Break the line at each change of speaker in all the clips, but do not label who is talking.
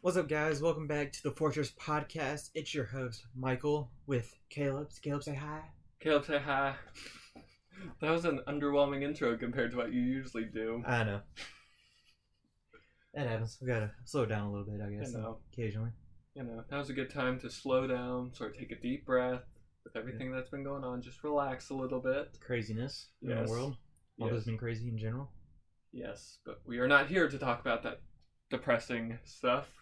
What's up, guys? Welcome back to the Fortress Podcast. It's your host, Michael, with Caleb. Caleb, say hi.
Caleb, say hi. That was an underwhelming intro compared to what you usually do.
I know. That happens. We gotta slow down a little bit, I
You
guess,
know,
occasionally.
you know, now's a good time to slow down, sort of take a deep breath with everything that's been going on. Just relax a little bit.
Craziness in
Yes.
the world. All
Yes.
has been crazy in general.
Yes, but we are not here to talk about that depressing stuff.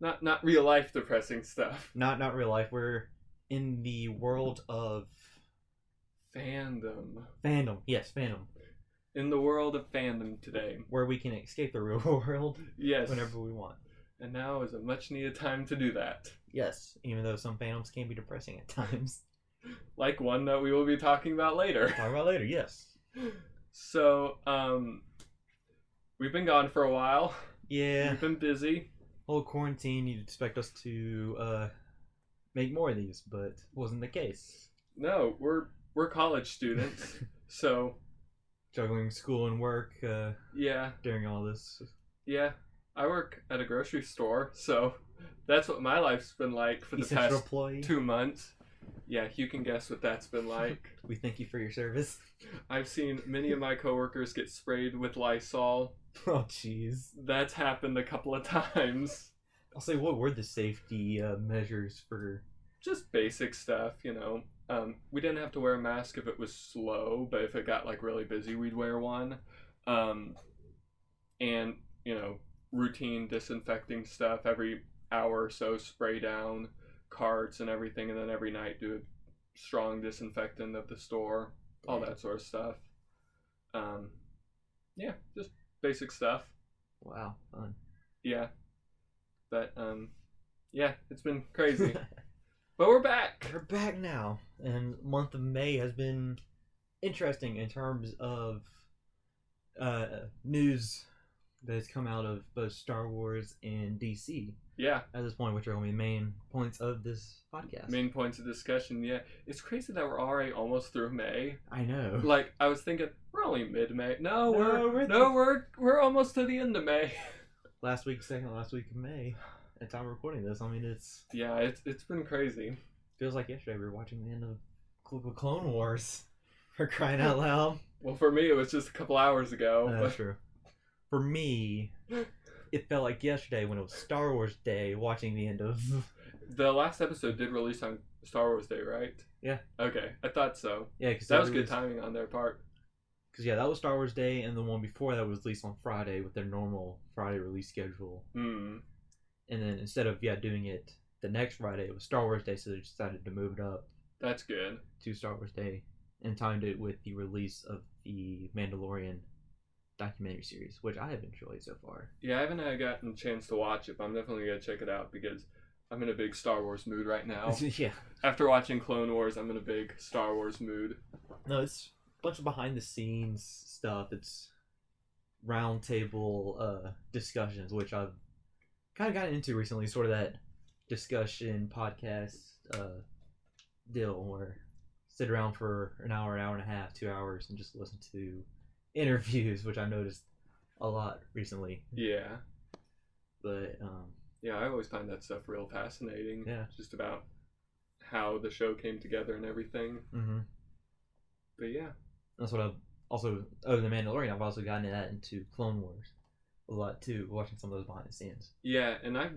Not not real life depressing stuff.
Not not real life. We're in the world of
Fandom.
fandom. Yes, fandom,
In the world of fandom today.
where we can escape the real world
Yes.
whenever we want.
And now is a much needed time to do that.
Yes, even though some fandoms can be depressing at times.
Like one that we will be talking about later.
Talk about later. Yes.
So, um, we've been gone for a while.
Yeah.
We've been busy.
whole quarantine, you'd expect us to uh, make more of these, but wasn't the case.
No, we're we're college students, so
Juggling school and work uh,
yeah,
during all this.
yeah. I work at a grocery store, so that's what my life's been like for the
Essential
past
employee,
two months. Yeah, you can guess what that's been like.
we thank you for your service.
I've seen many of my coworkers get sprayed with Lysol.
oh, jeez.
That's happened a couple of times.
I'll say, what were the safety uh, measures for?
just basic stuff, you know. Um, we didn't have to wear a mask if it was slow, but if it got like really busy, we'd wear one. Um, and you know, routine disinfecting stuff every hour or so, spray down carts and everything, and then every night do a strong disinfectant of the store, all that sort of stuff. Um, yeah, just basic stuff.
Wow, fun.
Yeah, but um, yeah, it's been crazy, but we're back.
We're back now, and the month of May has been interesting in terms of uh, news that has come out of both Star Wars and DC.
Yeah,
at this point, which are going to be main points of this podcast.
main points of discussion. Yeah, it's crazy that we're already almost through May.
I know.
Like I was thinking, we're only mid-May.
No,
No, we're
we're-
no, we're we're almost to the end of May.
last week, second last week of May, at time of recording this, I mean, it's
Yeah, it's it's been crazy.
feels like yesterday we were watching the end of Cl- the Clone Wars. For crying out loud.
Well, for me, it was just a couple hours ago.
Uh,
Oh, but
true. For me, it felt like yesterday when it was Star Wars Day, watching the end of.
the last episode did release on Star Wars Day, right?
Yeah.
Okay, I thought so.
Yeah, because
That was good timing on their part.
Because yeah, that was Star Wars Day, and the one before that was released on Friday with their normal Friday release schedule.
Hmm.
And then instead of yeah doing it the next Friday, it was Star Wars Day, so they decided to move it up.
That's good.
to Star Wars Day and timed it with the release of the Mandalorian documentary series, which I have enjoyed so far.
Yeah, I haven't had gotten a chance to watch it, but I'm definitely gonna check it out because I'm in a big Star Wars mood right now.
yeah.
After watching Clone Wars, I'm in a big Star Wars mood.
No, it's a bunch of behind the scenes stuff. It's round table uh, discussions, which I've kind of gotten into recently, sort of that discussion podcast uh, deal where sit around for an hour, an hour and a half, two hours, and just listen to interviews, which I noticed a lot recently.
Yeah.
But um,
Yeah, I always find that stuff real fascinating.
Yeah.
Just about how the show came together and everything.
hmm
But yeah.
That's what I've also other than Mandalorian, I've also gotten that into Clone Wars a lot too, watching some of those behind the scenes.
Yeah, and I've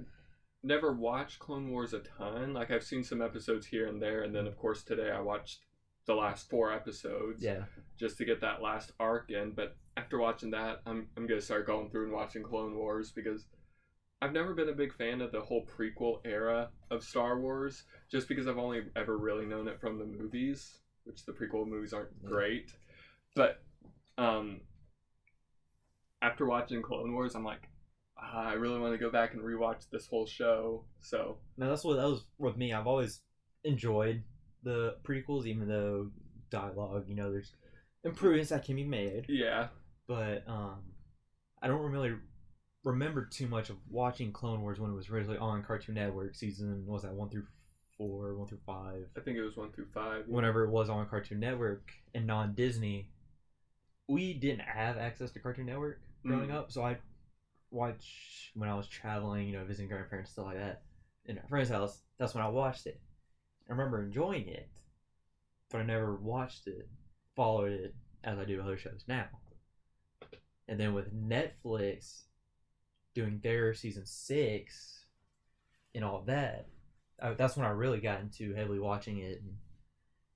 never watched Clone Wars a ton. Like I've seen some episodes here and there, and then of course today I watched the last four episodes
Yeah.
just to get that last arc in. But after watching that, I'm I'm gonna start going through and watching Clone Wars because I've never been a big fan of the whole prequel era of Star Wars, just because I've only ever really known it from the movies, which the prequel movies aren't
Yeah.
great. But um, after watching Clone Wars, I'm like, ah, I really want to go back and rewatch this whole show. So
Now that's what that was with me. I've always enjoyed the prequels, even though dialogue, you know, there's improvements that can be made.
yeah,
But um I don't really remember too much of watching Clone Wars when it was originally on Cartoon Network season what was that one through four, one through five.
I think it was one through five.
whenever it was on Cartoon Network and non Disney, we didn't have access to Cartoon Network growing
Mm.
up, so I watch when I was traveling, you know, visiting grandparents, stuff like that, in a friend's house. That's when I watched it. I remember enjoying it, but I never watched it, followed it as I do other shows now. And then with Netflix doing their season six and all that, I, that's when I really got into heavily watching it and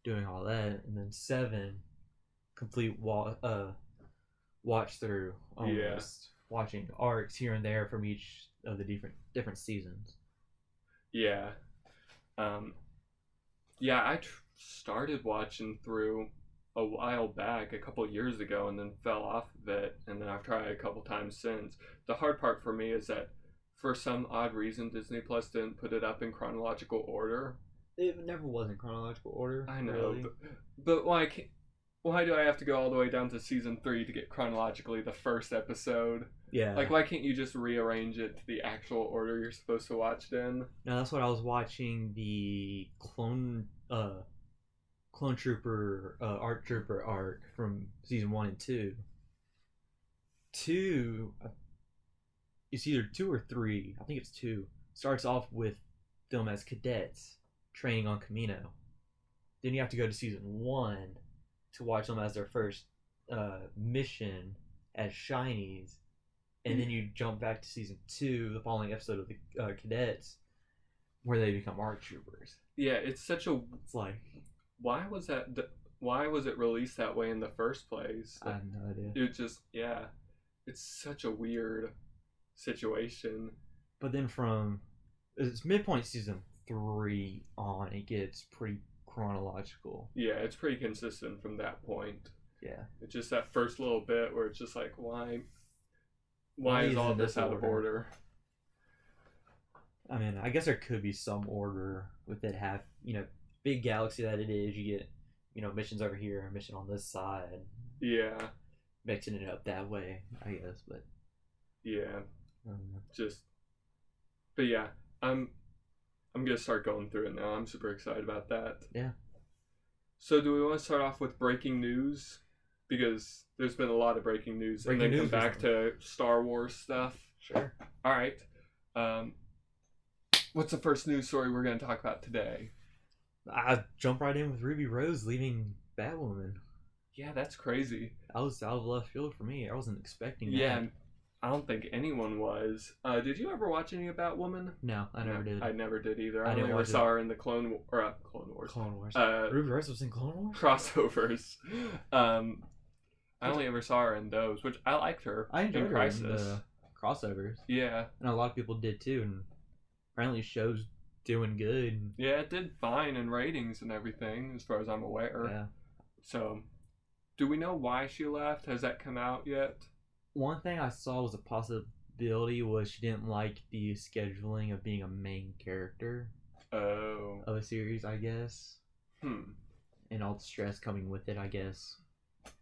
doing all that. And then seven, complete wa- uh, watch through almost
Yeah.
watching arcs here and there from each of the different different seasons.
Yeah. Um, yeah, I tr- started watching through a while back, a couple years ago, and then fell off of it. And then I've tried a couple times since. The hard part for me is that for some odd reason, Disney Plus didn't put it up in chronological order.
It never was in chronological order.
I know,
really.
but, but like, why do I have to go all the way down to season three to get chronologically the first episode?
yeah.
Like, why can't you just rearrange it to the actual order you're supposed to watch it in?
No, that's what I was watching the clone uh clone trooper uh art trooper arc from season 1 and 2. 2 uh, it's either 2 or 3. I think it's 2. Starts off with them as cadets training on Camino. Then you have to go to season 1 to watch them as their first uh mission as shinies. And then you jump back to season 2, the following episode of the uh, cadets where they become art troopers.
Yeah, it's such a
It's like
why was that d- why was it released that way in the first place
I have no idea.
it just yeah it's such a weird situation
But then from it's midpoint season three on, it gets pretty chronological.
yeah it's pretty consistent from that point
Yeah,
it's just that first little bit where it's just like why why is
is
all
it
this
this
out of order
I mean, I guess there could be some order with it. Half, you know, big galaxy that it is. You get, you know, missions over here, mission on this side,
yeah
mixing it up that way. I guess, but
yeah
um,
just but yeah i'm i'm gonna start going through it now i'm super excited about that
Yeah.
so do we want to start off with breaking news because there's been a lot of breaking news
Breaking
and then
news
come back to star wars stuff
sure.
all right um what's the first news story we're gonna talk about today
I jump right in with Ruby Rose leaving Batwoman.
yeah that's crazy
I was out of left field for me. I wasn't expecting that.
yeah i don't think anyone was uh did you ever watch any about woman
No, I never did.
i never did either
I
i,
didn't
never
watch it.
saw her in the clone Wa- or uh, clone wars
Clone Wars.
uh
Ruby Rose was in Clone Wars.
crossovers. Um, I only ever saw her in those, which I liked her.
I enjoyed
in
her
Crisis.
in the crossovers,
Yeah,
and a lot of people did too. And apparently, the show's doing good.
yeah, it did fine in ratings and everything, as far as I'm aware.
Yeah.
So, do we know why she left? Has that come out yet?
One thing I saw was a possibility was she didn't like the scheduling of being a main character
Oh,
of a series, I guess,
hmm.
and all the stress coming with it. I guess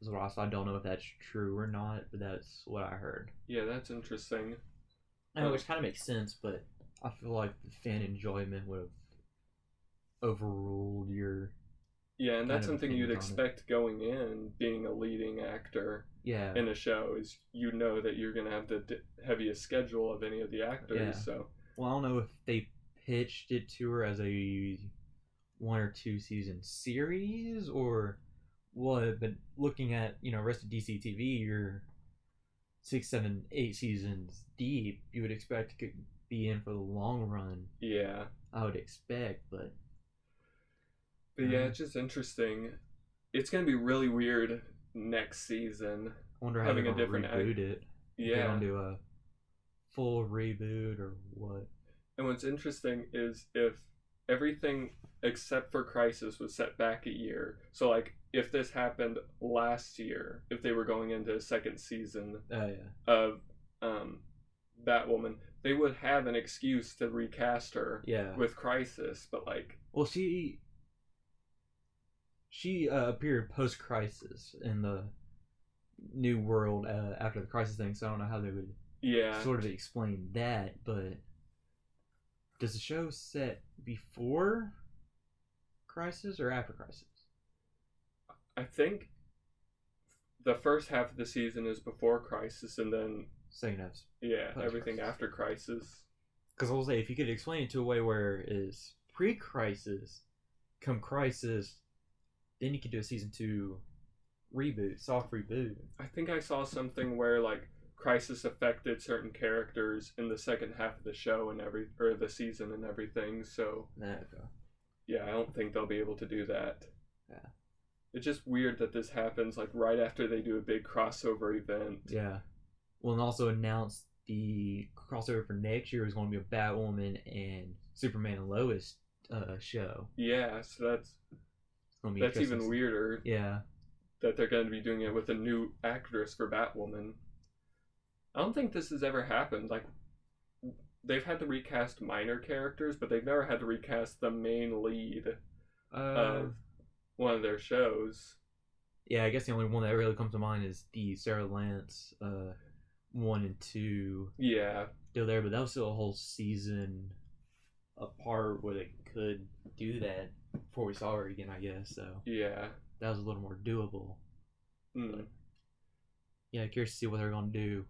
is what I saw. I don't know if that's true or not, but that's what I heard.
Yeah, that's interesting.
I mean, which kind of makes sense, but I feel like the fan enjoyment would have overruled your
Yeah, and that's
Kind of
something you'd
opinions on it.
expect going in, being a leading actor
yeah.
in a show, is you know that you're gonna have the d- heaviest schedule of any of the actors.
Yeah.
So,
Well, I don't know if they pitched it to her as a one or two season series or what, but looking at, you know, rest of DC TV, you're six, seven, eight seasons deep. You would expect to could be in for the long run,
yeah.
I would expect, but
But yeah,
Mhm.
it's just interesting. It's gonna be really weird next season.
I wonder how they're
Having a
going to
different act-
reboot it. If They're
Yeah.
going to do a full reboot or what.
And what's interesting is if everything except for Crisis was set back a year. So like if this happened last year, if they were going into a second season
Oh, yeah.
of um Batwoman, they would have an excuse to recast her
Yeah.
with Crisis, but like
Well, she she uh, appeared post crisis in the new world uh, after the crisis thing, so I don't know how they would
yeah.
sort of explain that. But does the show set before crisis or after crisis?
I think the first half of the season is before Crisis and then
Second half's
Yeah,
Post-crisis.
everything after Crisis.
Because I'll say, if you could explain it to a way where is pre-crisis, come crisis, then you could do a season two reboot, soft reboot.
I think I saw something where like Crisis affected certain characters in the second half of the show and every or the season and everything. So
Nah, okay.
yeah, I don't think they'll be able to do that.
Yeah.
It's just weird that this happens like right after they do a big crossover event.
Yeah. Well, and also announced the crossover for next year is going to be a Batwoman and Superman and Lois uh, show.
Yeah, so that's
It's gonna be
that's
interesting.
even weirder
Yeah.
that they're going to be doing it with a new actress for Batwoman. I don't think this has ever happened. Like they've had to recast minor characters, but they've never had to recast the main lead.
Uh,
of one of their shows.
yeah, I guess the only one that really comes to mind is the Sarah Lance uh, one and two
Yeah,
still there, but that was still a whole season apart where they could do that before we saw her again, I guess. So
yeah.
that was a little more doable.
Mm.
Yeah, curious to see what they're gonna do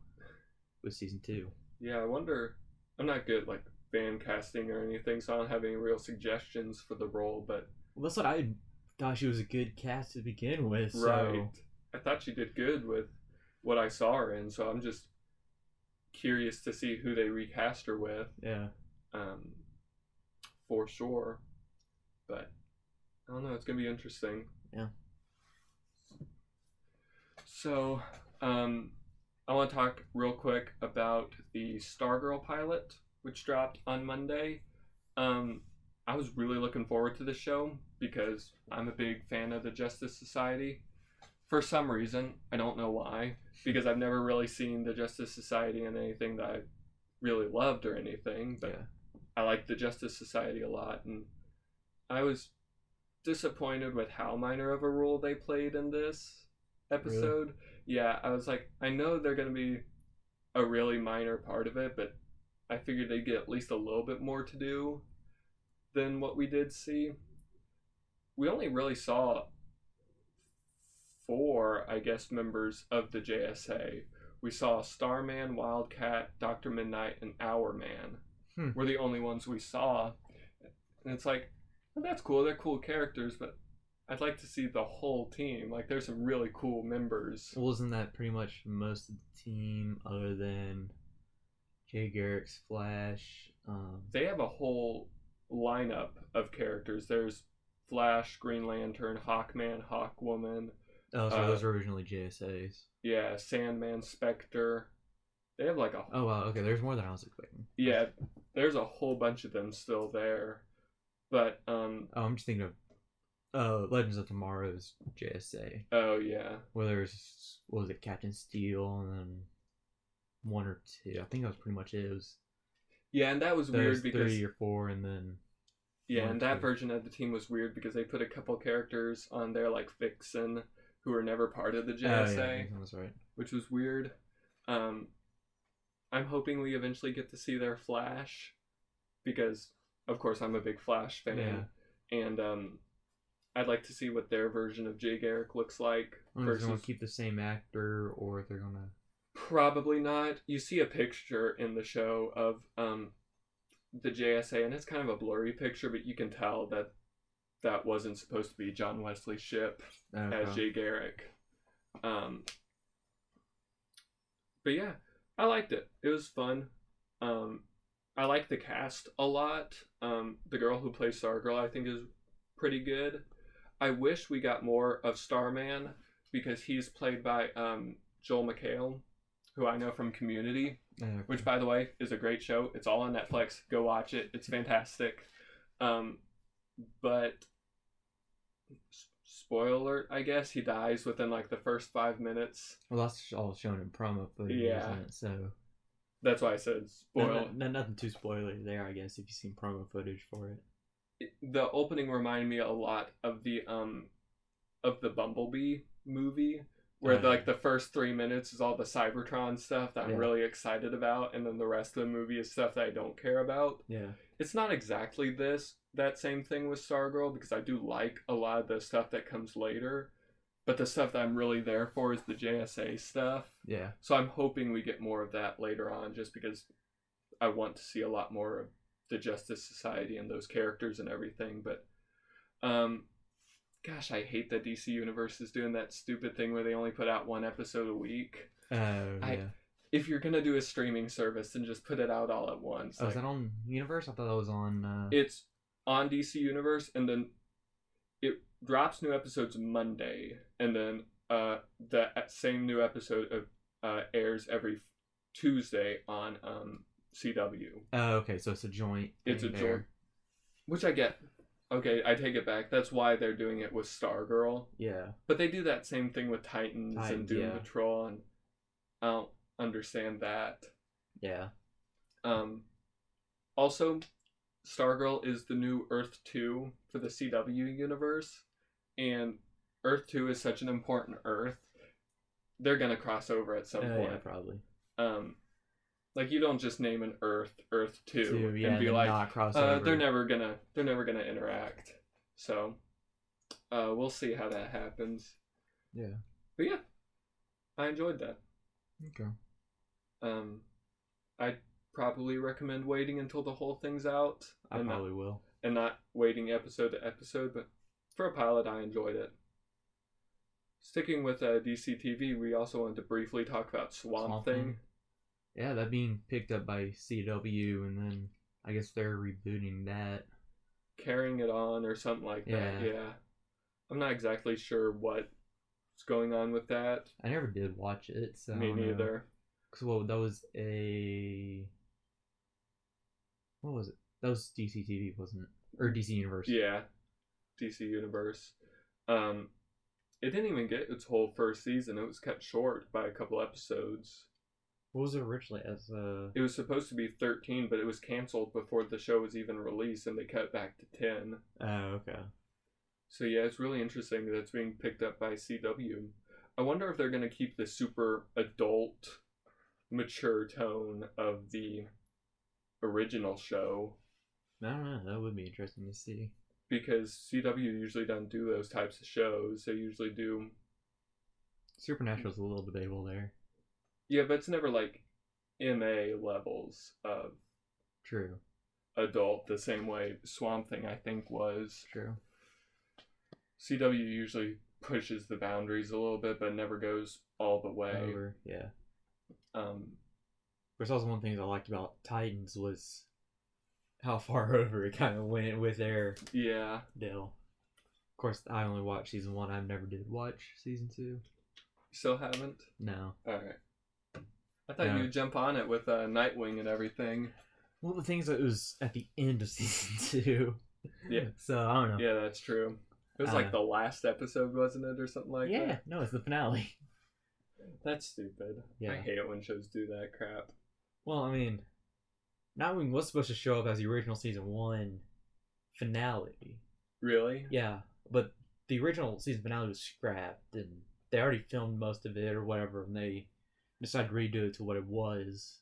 with season two.
Yeah, I wonder. I'm not good at, like fan casting or anything, so I don't have any real suggestions for the role. But
Well, that's what I thought. She was a good cast to begin with. So
right, I thought she did good with what I saw her in, so I'm just curious to see who they recast her with,
yeah,
um, for sure. But I don't know. It's gonna be interesting.
Yeah.
So, um, I want to talk real quick about the Stargirl pilot, which dropped on Monday. Um, I was really looking forward to this show because I'm a big fan of the Justice Society. For some reason, I don't know why, because I've never really seen the Justice Society in anything that I really loved or anything, but
Yeah.
I like the Justice Society a lot, and I was disappointed with how minor of a role they played in this episode. Yeah, I was like, I know they're going to be a really minor part of it, but I figured they'd get at least a little bit more to do than what we did see. We only really saw four, I guess, members of the JSA. We saw Starman, Wildcat, Dr. Midnight, and Hourman.
Hmm.
Were the only ones we saw. And it's like, well, that's cool. They're cool characters, but I'd like to see the whole team. Like, there's some really cool members.
wasn't that pretty much most of the team other than Jay Garrick's Flash? Um,
they have a whole lineup of characters. There's Flash, Green Lantern, Hawkman, Hawkwoman,
oh, sorry,
uh,
those were originally JSAs.
yeah, Sandman, Spectre. They have like a
Oh wow, okay, there's more than I was expecting.
yeah, there's a whole bunch of them still there. But um
Oh, I'm just thinking of uh, Legends of Tomorrow's JSA,
oh yeah.
where there's what was it, Captain Steel, and then one or two. I think that was pretty much it. It was
Yeah, and that was
there's
weird because
three or four, and then
yeah,
one,
and that
two.
version of the team was weird because they put a couple characters on there like Vixen who were never part of the
Oh, yeah,
JSA.
that's right.
which was weird. Um, I'm hoping we eventually get to see their Flash, because of course I'm a big Flash fan, and um, I'd like to see what their version of Jay Garrick looks like.
I wonder if they're gonna
Versus,
keep the same actor or if they're gonna
probably not. You see a picture in the show of um, the JSA, and it's kind of a blurry picture, but you can tell that that wasn't supposed to be John Wesley's ship. as Jay Garrick. Um, but yeah, I liked it. It was fun. Um, I like the cast a lot. Um, the girl who plays Stargirl, I think, is pretty good. I wish we got more of Starman because he's played by um, Joel McHale, who I know from Community,
Okay.
which, by the way, is a great show. It's all on Netflix. Go watch it. It's fantastic. Um, but s- spoiler alert, I guess he dies within like the first five minutes.
well that's all shown in promo footage,
Yeah.
isn't it? So
That's why I said
no,
spoil.
no- no- nothing too spoilery there, I guess, if you've seen promo footage for it.
It- The opening reminded me a lot of the um, of the Bumblebee movie, where
Oh,
the,
yeah.
like the first three minutes is all the Cybertron stuff that I'm
Yeah.
really excited about, and then the rest of the movie is stuff that I don't care about.
Yeah.
It's not exactly this that same thing with Stargirl because I do like a lot of the stuff that comes later. But the stuff that I'm really there for is the JSA stuff.
Yeah.
So I'm hoping we get more of that later on, just because I want to see a lot more of the Justice Society and those characters and everything. But, um, gosh, I hate that DC Universe is doing that stupid thing where they only put out one episode a week.
Oh,
I-
yeah.
If you're gonna do a streaming service, then just put it out all at once.
Oh, is
Like,
that on Universe? I thought that was on. Uh...
it's on DC Universe, and then it drops new episodes Monday, and then uh, the same new episode of, uh, airs every Tuesday on um, CW.
Oh, okay. So it's a joint.
It's a
thing
joint,
there.
which I get. Okay, I take it back. That's why they're doing it with Stargirl,
Yeah.
but they do that same thing with Titans and
Titans,
Doom
yeah.
Patrol, and I don't understand that.
Yeah.
Um, also, Stargirl is the new Earth 2 for the CW universe, and Earth 2 is such an important Earth. They're going to cross over at some
Oh,
point.
yeah. Probably.
Um, like you don't just name an Earth Earth 2
Two, yeah.
and be
then
like,
not cross
uh,
over.
they're never going to they're never going to interact. So, uh, we'll see how that happens.
Yeah.
But yeah. I enjoyed that.
Okay.
Um, I'd probably recommend waiting until the whole thing's out
I
and,
probably will.
not, and not waiting episode to episode, but for a pilot, I enjoyed it. Sticking with uh, DC TV, we also wanted to briefly talk about Swamp,
Swamp
Thing.
Thing. Yeah, that being picked up by CW, and then I guess they're rebooting that.
carrying it on or something like that.
Yeah.
Yeah. I'm not exactly sure what's going on with that.
I never did watch it, so I
Me
don't know.
neither.
Cause well, that was a what was it? That was DC TV, wasn't it? Or DC Universe?
Yeah, DC Universe. Um, it didn't even get its whole first season. It was cut short by a couple episodes.
What was it originally as uh, a?
It was supposed to be 13, but it was canceled before the show was even released, and they cut back to 10.
Oh, okay.
So yeah, it's really interesting that it's being picked up by CW. I wonder if they're going to keep the super adult, mature tone of the original show
I don't know. That would be interesting to see.
because CW usually don't do those types of shows. They usually do
Supernatural's a little debatable there.
Yeah, but it's never like MA levels of
True.
adult the same way Swamp Thing I think was.
True.
CW usually pushes the boundaries a little bit, but never goes all the way.
Over. Yeah.
Um,
Which also one of the things I liked about Titans was how far over it kind of went with their
yeah,
deal. Of course, I only watched season one. I never did watch season two.
still haven't.
No.
All right. I thought
No.
you'd jump on it with uh, Nightwing and everything.
Well, the thing is, that it was at the end of season two.
Yeah.
So I don't know.
Yeah, that's true. It was
I
like
know.
the last episode, wasn't it, or something like
yeah.
that?
No, it's the finale.
That's stupid. I
Yeah.
hate it when shows do that crap.
Well, I mean, Nightwing was supposed to show up as the original season one finale.
Really?
Yeah, but the original season finale was scrapped, and they already filmed most of it or whatever, and they decided to redo it to what it was.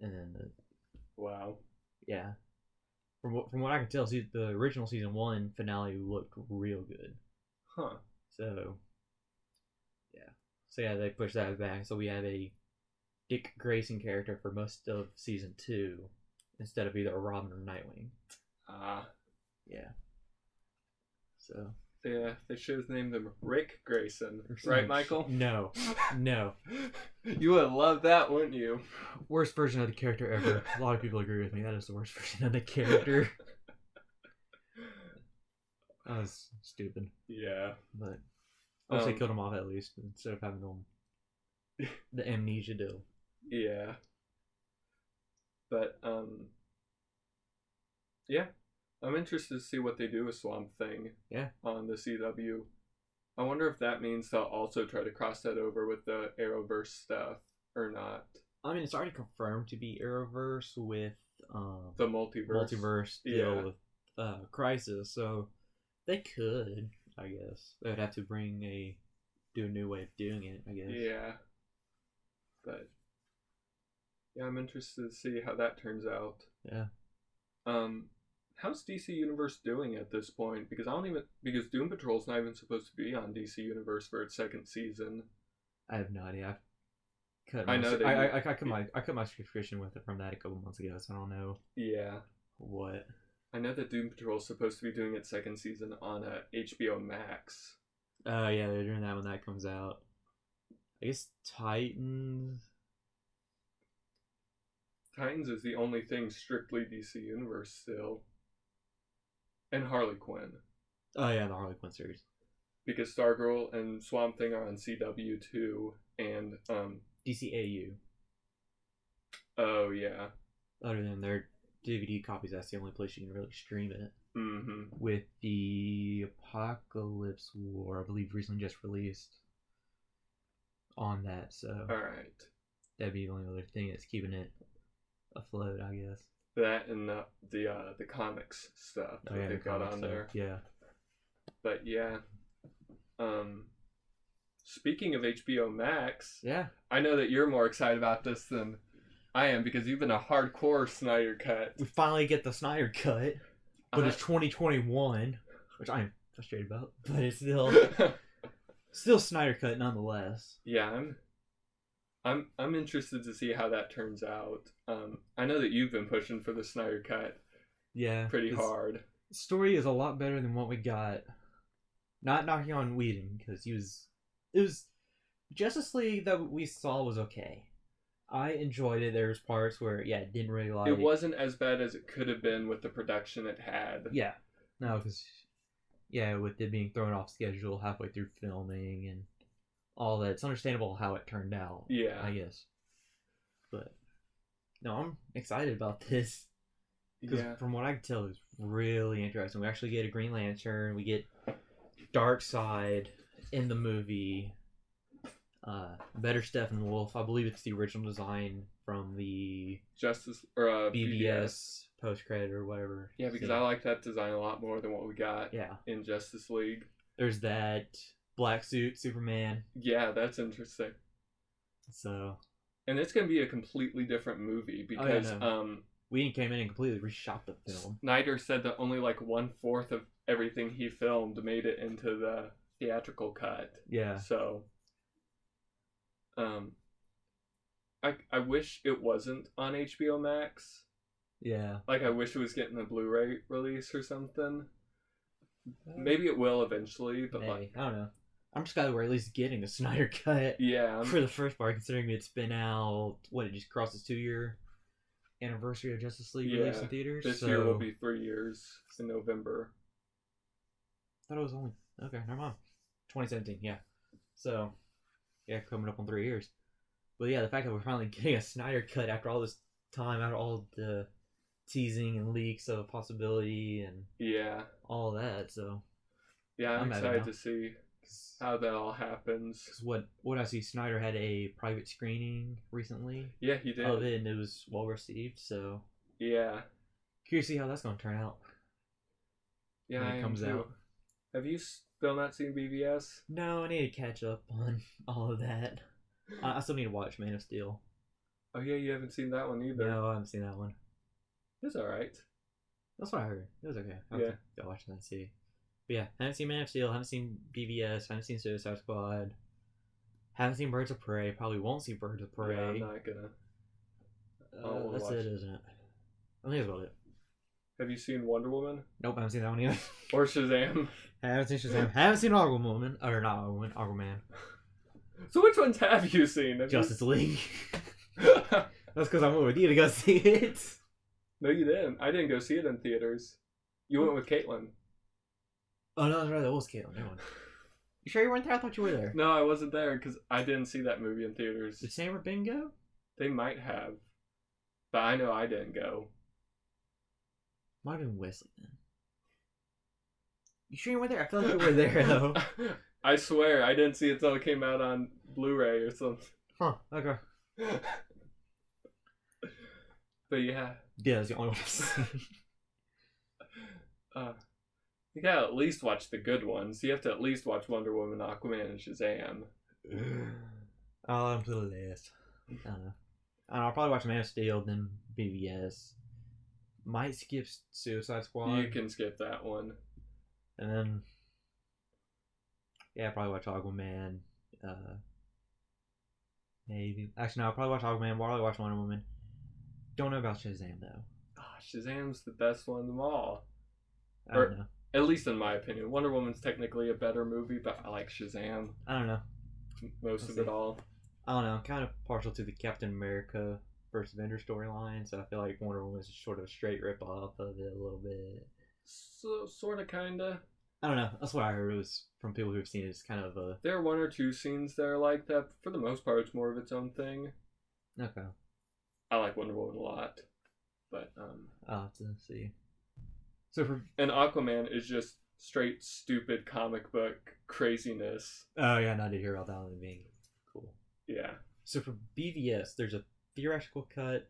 And then, the,
Wow.
yeah, from what from what I can tell, see, the original season one finale looked real good.
Huh.
So, yeah, so yeah, they pushed that back, so we have a Dick Grayson character for most of season two instead of either Robin or Nightwing.
Ah.
So
Yeah, they should have named him Rick Grayson. Right, Michael?
No, no.
you would love that, wouldn't you?
Worst version of the character ever. A lot of people agree with me. That is the worst version of the character. That was stupid,
Yeah.
but I wish they
Um,
killed him off at least instead of having them the amnesia deal.
Yeah. But um Yeah. I'm interested to see what they do with Swamp Thing.
Yeah.
On the CW. I wonder if that means they'll also try to cross that over with the Arrowverse stuff or not.
I mean, it's already confirmed to be Arrowverse with um,
The multiverse.
multiverse deal
yeah.
with uh, Crisis, so they could, I guess. They would have to bring a do a new way of doing it, I guess.
Yeah. But yeah, I'm interested to see how that turns out.
Yeah.
Um how's DC Universe doing at this point? Because I don't even because Doom Patrol's not even supposed to be on DC Universe for its second season.
I have no idea. I cut.
I
My, I
know they-
I, I, I cut my I cut my subscription with it from that a couple months ago, so I don't know
Yeah,
what.
I know that Doom Patrol's supposed to be doing its second season on uh, HBO Max.
Oh yeah, they're doing that when that comes out. I guess Titans.
Titans is the only thing strictly DC Universe still, and Harley Quinn
Oh yeah, the Harley Quinn series.
because Stargirl and Swamp Thing are on CW too, and um
DCAU.
oh yeah,
Other than their DVD copies, that's the only place you can really stream it.
mm-hmm.
With the Apocalypse War, I believe recently just released on that, so
All right.
that'd be the only other thing that's keeping it afloat, I guess.
that and the the, uh, the comics stuff that
Oh, yeah,
they
the
got
comic
on
stuff,
there.
Yeah.
But yeah, um, speaking of HBO Max,
Yeah.
I know that you're more excited about this than I am because you've been a hardcore Snyder cut.
We finally get the Snyder cut,
Uh-huh.
but it's 2021, which I'm frustrated about, but it's still
Uh,
still Snyder cut nonetheless.
yeah, I'm, I'm I'm interested to see how that turns out. Um, I know that you've been pushing for the Snyder cut
Yeah.
pretty
it's-
hard.
story is a lot better than what we got. Not knocking on Whedon because he was, it was Justice League that we saw was okay. I enjoyed it. There was parts where yeah, it didn't really like
It wasn't as bad as it could have been with the production it had.
Yeah, no, because yeah, with it being thrown off schedule halfway through filming and all that, it's understandable how it turned out.
Yeah.
I guess. But no, I'm excited about this. Because
yeah.
from what I can tell, it's really interesting. We actually get a Green Lantern. We get Dark Side in the movie. Uh, Better Steppenwolf. I believe it's the original design from the
Justice or uh, BBS.
BBS post credit or whatever.
Yeah, because
scene.
I like that design a lot more than what we got
Yeah,
in Justice League.
there's that black suit Superman.
Yeah, that's interesting.
So
And it's going to be a completely different movie
yeah,
because
no.
um,
we came in and completely reshot the film.
Snyder said that only like one fourth of everything he filmed made it into the theatrical cut.
Yeah,
So, um, I I wish it wasn't on HBO Max.
yeah.
Like I wish it was getting a Blu-ray release or something.
Uh,
Maybe it will eventually, but
Maybe.
like
I don't know. I'm just glad we're at least getting a Snyder cut.
yeah, I'm-
for the first part, considering it's been out, what it just crossed its two year anniversary of Justice League release
Yeah,
in theaters.
This
so
year will be three years in November.
thought it was only okay. Never mind. 2017, yeah. So yeah, coming up on three years. But yeah, the fact that we're finally getting a Snyder cut after all this time, after all the teasing and leaks of possibility and
Yeah.
all that, so
Yeah, I'm,
I'm at it
excited
now.
to see
'cause-
how that all happens.
'cause what what I see, Snyder had a private screening recently
Yeah, he did.
of it, and it was well received. So
yeah.
curious to see how that's gonna turn out.
Yeah,
When it
I am
comes
too.
out.
Have you still not seen BBS?
No, I need to catch up on all of that. I, I still need to watch Man of Steel.
Oh yeah, you haven't seen that one either.
No, I haven't seen that one.
It's all right.
That's what I heard. It was okay. I have
Yeah.
to go watch that and see. But yeah, haven't seen Man of Steel. Haven't seen BBS. Haven't seen Suicide Squad. Haven't seen Birds of Prey. Probably won't see Birds of
Yeah, I'm
Prey.
not gonna.
uh,
I'll
that's
watch
it,
it.
isn't it? I think that's about it.
Have you seen Wonder Woman
Nope, I haven't seen that one either.
or Shazam?
haven't seen Shazam. haven't seen Aquaman. Or not Aquaman. Aquaman.
so which ones have you seen? Have you-
Justice League. that's because I'm over you to go see it.
no, you didn't. I didn't go see it in theaters. You went with Caitlin.
Oh no, that's right. That was Caitlin. Never mind. You sure you weren't there? I thought you were there.
No, I wasn't there because I didn't see that movie in theaters.
Did Sam or Ben go?
They might have, but I know I didn't go.
Might have been Wesley then. You sure you weren't there? I feel like you were there though.
I swear I didn't see it till it came out on Blu-ray or something.
huh? Okay.
but yeah,
Yeah, that's the only one I've seen.
uh, you gotta at least watch the good ones. You have to at least watch Wonder Woman, Aquaman, and Shazam.
I'll add them to the list. I don't know. I don't know. I'll probably watch Man of Steel, then BVS. might skip Suicide Squad,
You can skip that one.
and then yeah, I'll probably watch Aquaman. Uh, maybe actually no, I'll probably watch Aquaman. Probably watch Wonder Woman. Don't know about Shazam though.
Ah, Shazam's the best one of them all.
I don't
Or-
know.
At least in my opinion. Wonder Woman's technically a better movie, but I like Shazam
I don't know.
most
Let's
of it
see.
all.
I don't know. I'm kind of partial to the Captain America first Avenger storyline, so I feel like Wonder Woman is sort of a straight rip off of it a little bit.
So, sort of, kind of.
I don't know. That's what I heard. It was from people who've seen it. It's kind of a
There are one or two scenes that are like that. but For the most part, it's more of its own thing.
okay.
I like Wonder Woman a lot, but um,
I'll have to see. So for
and Aquaman is just straight stupid comic book craziness.
oh yeah, no, I did hear about that one being cool.
Yeah,
So for BVS, there's a theoretical cut.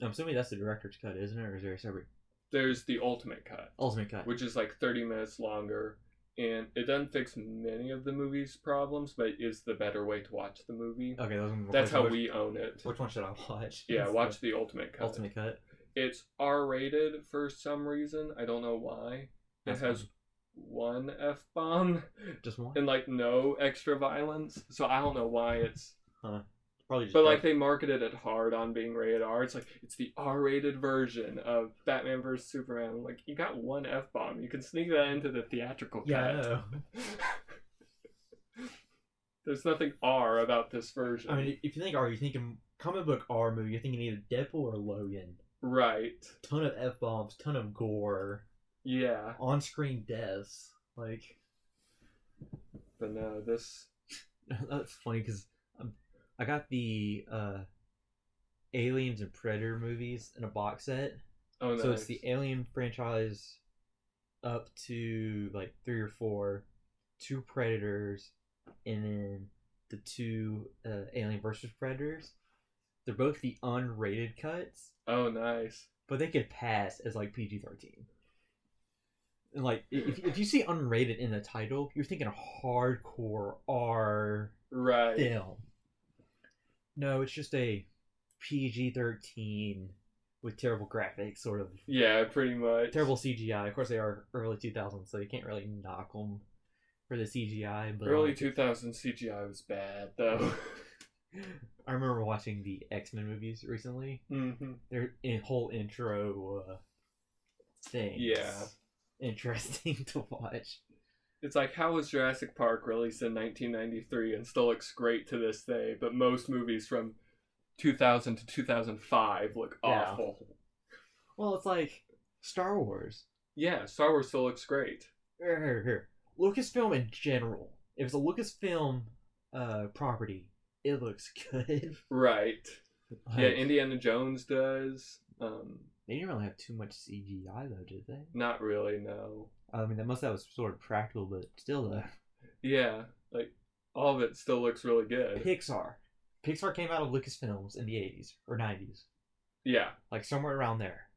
I'm assuming that's the director's cut, isn't it, or is there a separate
there's the ultimate cut,
ultimate cut?
which is like 30 minutes longer, and it doesn't fix many of the movie's problems, but is the better way to watch the movie.
okay, that was one of my
That's
questions.
how
Which-
we own it.
Which one should I watch?
Yeah,
That's
watch the ultimate
the
cut.
ultimate cut.
It's R-rated for some reason. I don't know why.
That's
it has
fine.
one f bomb
just one.
and like no extra violence. So I don't know why it's
Probably just
But like they marketed it hard on being rated R. It's like it's the R-rated version of Batman vs Superman. I'm Like you got one F bomb. You can sneak that into the theatrical
yeah, I
cut.
know.
There's nothing R about this version.
I mean, if you think R, you're thinking comic book R movie. You're thinking either Deadpool or Logan.
right?
Ton of f bombs, ton of gore,
Yeah,
on screen deaths. Like
but no, this
that's funny because I got the uh, Aliens and Predator movies in a box set.
oh no,
So it's the Alien franchise up to like three or four, two Predators, and then the two uh, Alien versus Predators. They're both the unrated cuts,
oh nice.
but they could pass as like PG thirteen. And like i- if, if you see unrated in the title, you're thinking a hardcore R
Right.
film. No, it's just a PG thirteen with terrible graphics, sort of
Yeah, pretty much.
terrible CGI. Of course, they are early 2000s, so you can't really knock them for the CGI. But
Early
like,
2000 CGI was bad though.
I remember watching the X Men movies recently.
hmm
Their in- whole intro uh, thing.
Yeah.
interesting to watch.
It's like, how was Jurassic Park released in 1993 and still looks great to this day, but most movies from 2000 to 2005 look
Yeah.
awful.
Well, it's like Star Wars.
Yeah, Star Wars still looks great.
Here, here, here. Lucasfilm in general. If it's a Lucasfilm uh, property, it looks good.
Right.
Like,
yeah, Indiana Jones does. Um,
they didn't really have too much CGI though, did they?
not really, no.
I mean, that must have was sort of practical, but still though.
Yeah, like, all of it still looks really good.
Pixar. Pixar came out of Lucasfilms in the 80s or 90s,
Yeah.
like somewhere around there.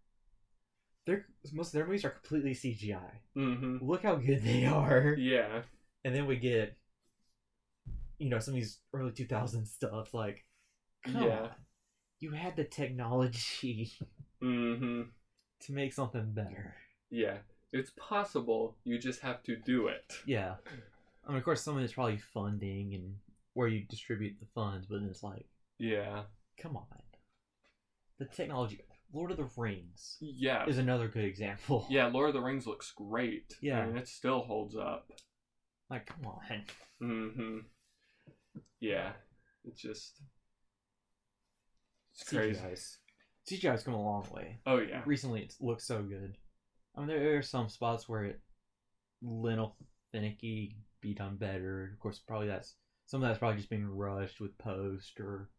Their most of their movies are completely CGI.
hmm
Look how good they are.
Yeah.
And then we get, you know, some of these early 2000s stuff. Like, come
Yeah.
on, you had the technology
hmm
to make something better.
Yeah. It's possible, you just have to do it.
Yeah. I mean, of course, some of it's probably funding and where you distribute the funds, but then it's like,
Yeah.
come on, the technology. Lord of the Rings
Yeah.
is another good example.
Yeah, Lord of the Rings looks great.
Yeah.
I mean, it still holds up.
Like, come on.
hmm Yeah, it's just it's crazy.
CGI's. CGI's come a long way.
Oh yeah,
Recently, it looks so good. I mean, there are some spots where it little finicky, be done better. Of course, probably that's some of that's probably just being rushed with post or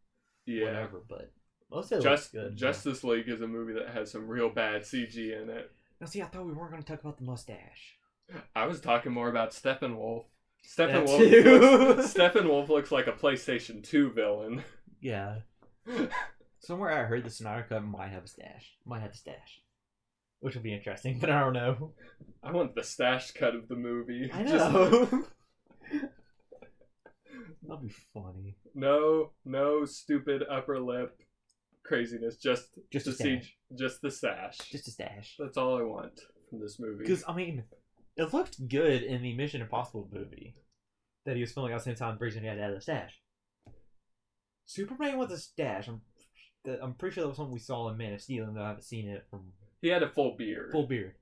yeah.
whatever. But most of it
Just
looks good.
Justice League is a movie that has some real bad CG in it.
Now, see, I thought we weren't going to talk about the mustache.
I was talking more about Steppenwolf.
That
Steppenwolf.
too.
Looks, Steppenwolf looks like a PlayStation Two villain.
Yeah. Somewhere I heard the Snyder Cut might have a stash. Might have a stash. Which would be interesting, but I don't know.
I want the stash cut of the movie.
I
Just-
know. That'd be funny.
no, no, stupid upper lip craziness, just
Just
to
a
see
stash.
just the sash.
Just a stash.
That's all I want from this movie.
Because I mean, it looked good in the Mission Impossible movie that he was filming at the same time. The reason he had to have a stash. Superman with a stash. I'm, that- I'm pretty sure that was something we saw in Man of Steel, and I haven't seen it from
he had a full beard.
full beard.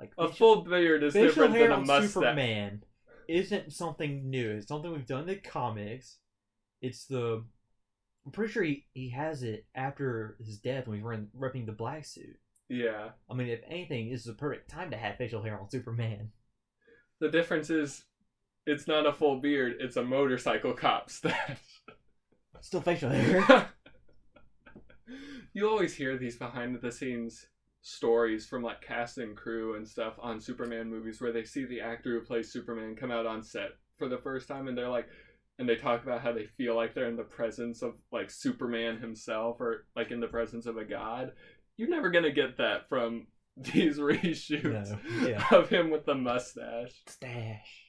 Like
a
facial-
full beard is
facial
different
hair
than a
on
mustache.
Superman isn't something new. It's something we've done in the comics. It's the I'm pretty sure he, he has it after his death when he's wearing repping the black suit.
Yeah.
I mean, if anything, this is the perfect time to have facial hair on Superman.
The difference is it's not a full beard, it's a motorcycle cop stash.
Still facial hair.
you always hear these behind the scenes stories from like cast and crew and stuff on Superman movies where they see the actor who plays Superman come out on set for the first time and they're like and they talk about how they feel like they're in the presence of like Superman himself or like in the presence of a god. You're never gonna get that from these reshoots
No, yeah.
of him with the mustache.
Stash.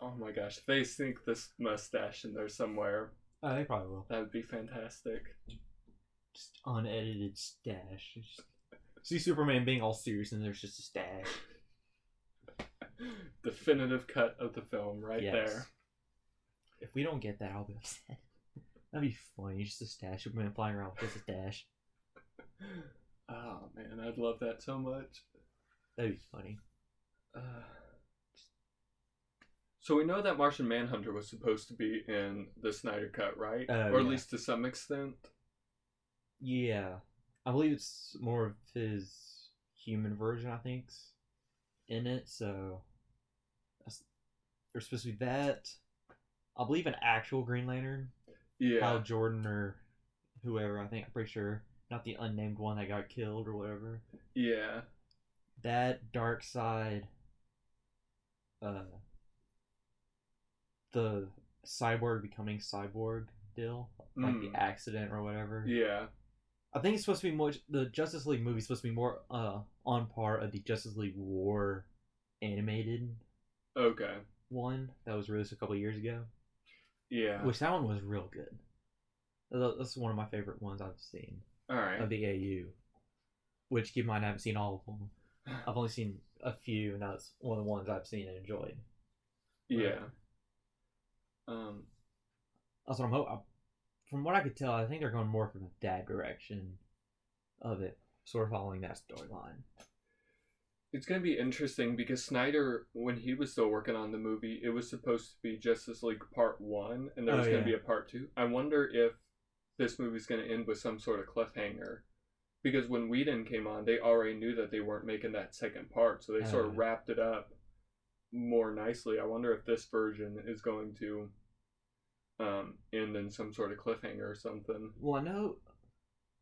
Oh my gosh, if they sink this mustache in there somewhere,
Oh, they probably will.
that would be fantastic.
Just unedited stash. Just- See Superman being all serious, and there's just a stash.
definitive cut of the film right
Yes.
there.
If we don't get that, I'll be upset. That'd be funny. Just a stash. Superman flying around with just a stash.
Oh man, I'd love that so much.
That'd be funny.
Uh, so we know that Martian Manhunter was supposed to be in the Snyder Cut, right?
Oh,
or at
yeah.
least to some extent.
Yeah, I believe it's more of his human version. I think's in it, so that's, there's supposed to be that. I believe an actual Green Lantern, Hal
Yeah.
Jordan or whoever. I think I'm pretty sure, not the unnamed one that got killed or whatever.
Yeah.
That Dark Side, uh, the cyborg becoming cyborg deal, like
Mm.
the accident or whatever.
Yeah.
I think it's supposed to be more the Justice League movie is supposed to be more uh on par of the Justice League War animated
Okay.
one that was released a couple years ago,
Yeah.
which that one was real good. Tha- That's one of my favorite ones I've seen
All
of
right.
the AU. Which keep in mind I haven't seen all of them. I've only seen a few, and that's one of the ones I've seen and enjoyed.
Yeah. Um.
That's what I'm hoping. From what I could tell, I think they're going more from that direction of it, sort of following that storyline.
It's going to be interesting because Snyder, when he was still working on the movie, it was supposed to be Justice League Part 1, and there
Oh,
was going
yeah.
to be a Part 2. I wonder if this movie's going to end with some sort of cliffhanger. Because when Whedon came on, they already knew that they weren't making that second part, so they
Oh,
sort of
yeah.
wrapped it up more nicely. I wonder if this version is going to um, end in some sort of cliffhanger or something.
Well, I know.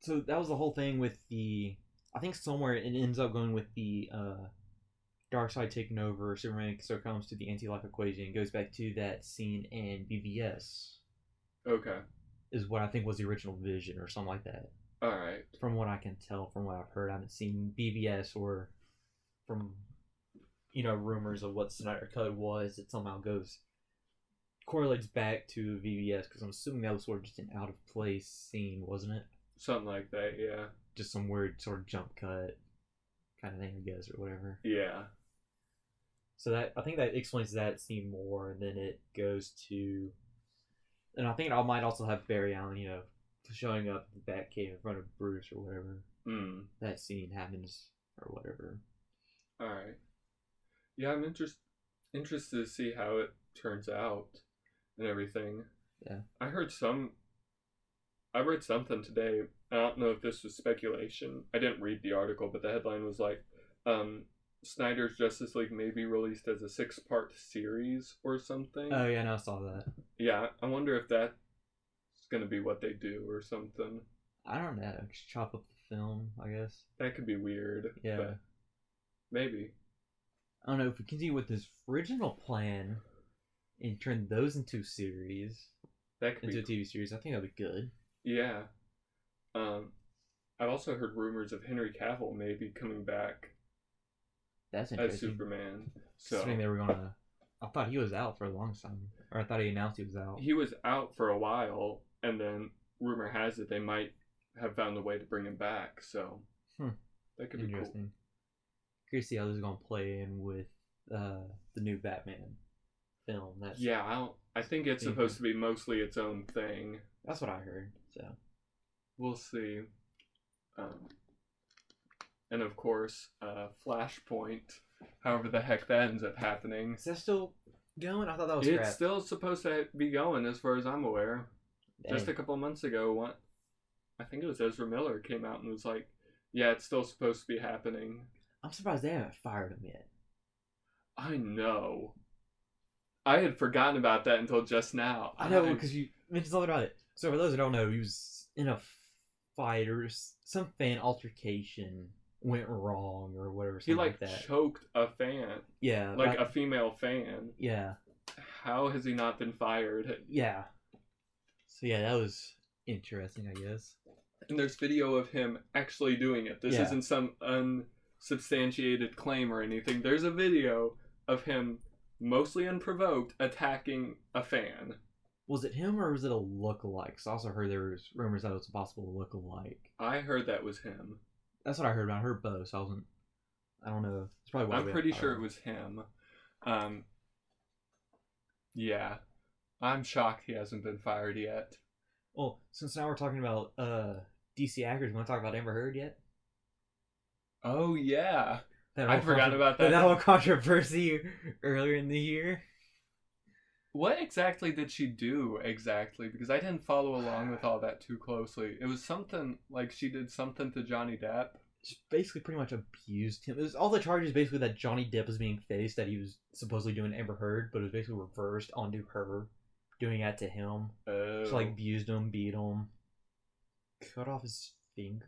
So that was the whole thing with the. I think somewhere it ends up going with the uh, dark side taking over. Superman succumbs to the anti-life equation and goes back to that scene in BVS
Okay.
is what I think was the original vision or something like that.
All right.
From what I can tell, from what I've heard, I haven't seen BVS or from you know rumors of what Snyder Cut was. It somehow goes correlates back to VVS because I'm assuming that was sort of just an out of place scene, wasn't it?
Something like that, yeah.
just some weird sort of jump cut kind of thing, I guess, or whatever.
Yeah.
So that I think that explains that scene more, and then it goes to, and I think I might also have Barry Allen, you know, showing up at the Batcave in front of Bruce or whatever.
Mm.
That scene happens or whatever.
All right. Yeah, I'm interest interested to see how it turns out and everything.
Yeah.
I heard some. I read something today. I don't know if this was speculation. I didn't read the article, but the headline was like, um, "Snyder's Justice League may be released as a six-part series or something."
Oh yeah, no, I saw that.
yeah, I wonder if that's gonna be what they do or something.
I don't know. Just chop up the film, I guess.
That could be weird.
Yeah.
but maybe.
I don't know if we continue with this original plan and turn those into series,
That could
into
be
a TV series. I think that'd be good.
Yeah. Um, I've also heard rumors of Henry Cavill maybe coming back
That's
as
interesting.
Superman.
Considering
So
they were gonna, I thought he was out for a long time, or I thought he announced he was out.
he was out for a while, and then rumor has it they might have found a way to bring him back. So
Hmm.
that could be cool.
Interesting. Curious to see how this is gonna play in with uh, the new Batman film. That's
Yeah, I, don't, I think it's
Mhm.
supposed to be mostly its own thing.
that's what I heard. So
We'll see. Um, and of course, uh, Flashpoint, however the heck that ends up happening,
is that still going? I thought that was
it's
scrapped.
still supposed to be going as far as I'm aware. Just a
Dang.
couple months ago, one, I think it was Ezra Miller came out and was like, "Yeah, it's still supposed to be happening."
I'm surprised they haven't fired him yet.
I know. I had forgotten about that until just now.
I know because you mentioned something about it. So for those who don't know, he was in a fight or s- some fan altercation went wrong or whatever.
he
Something
like
like, that. Uh,
choked a fan,
yeah,
like uh,
but-
a female fan.
yeah,
How has he not been fired?
yeah. So yeah, that was interesting. I guess.
And there's video of him actually doing it. This
Yeah.
isn't some unsubstantiated claim or anything. There's a video of him mostly unprovoked attacking a fan.
Was it him or was it a lookalike? 'Cause I also heard there was rumors that it was a possible lookalike.
I heard that was him.
That's what I heard. About. I heard both. So I wasn't. I don't know. It's probably. why
I'm
we-
pretty
I
sure it
don't
was him. Um, yeah. I'm shocked he hasn't been fired yet.
know. Well, Oh, since now we're talking about uh DC actors, want to talk about Amber Heard yet?
Oh, yeah.
That
I
whole
forgot
contro-
about that.
That whole controversy earlier in the year.
What exactly did she do exactly? Because I didn't follow along with all that too closely. It was something like she did something to Johnny Depp.
She basically pretty much abused him. It was all the charges basically that Johnny Depp was being faced that he was supposedly doing to Amber Heard, but it was basically reversed onto her doing that to him.
Oh.
She like abused him, beat him, cut off his finger.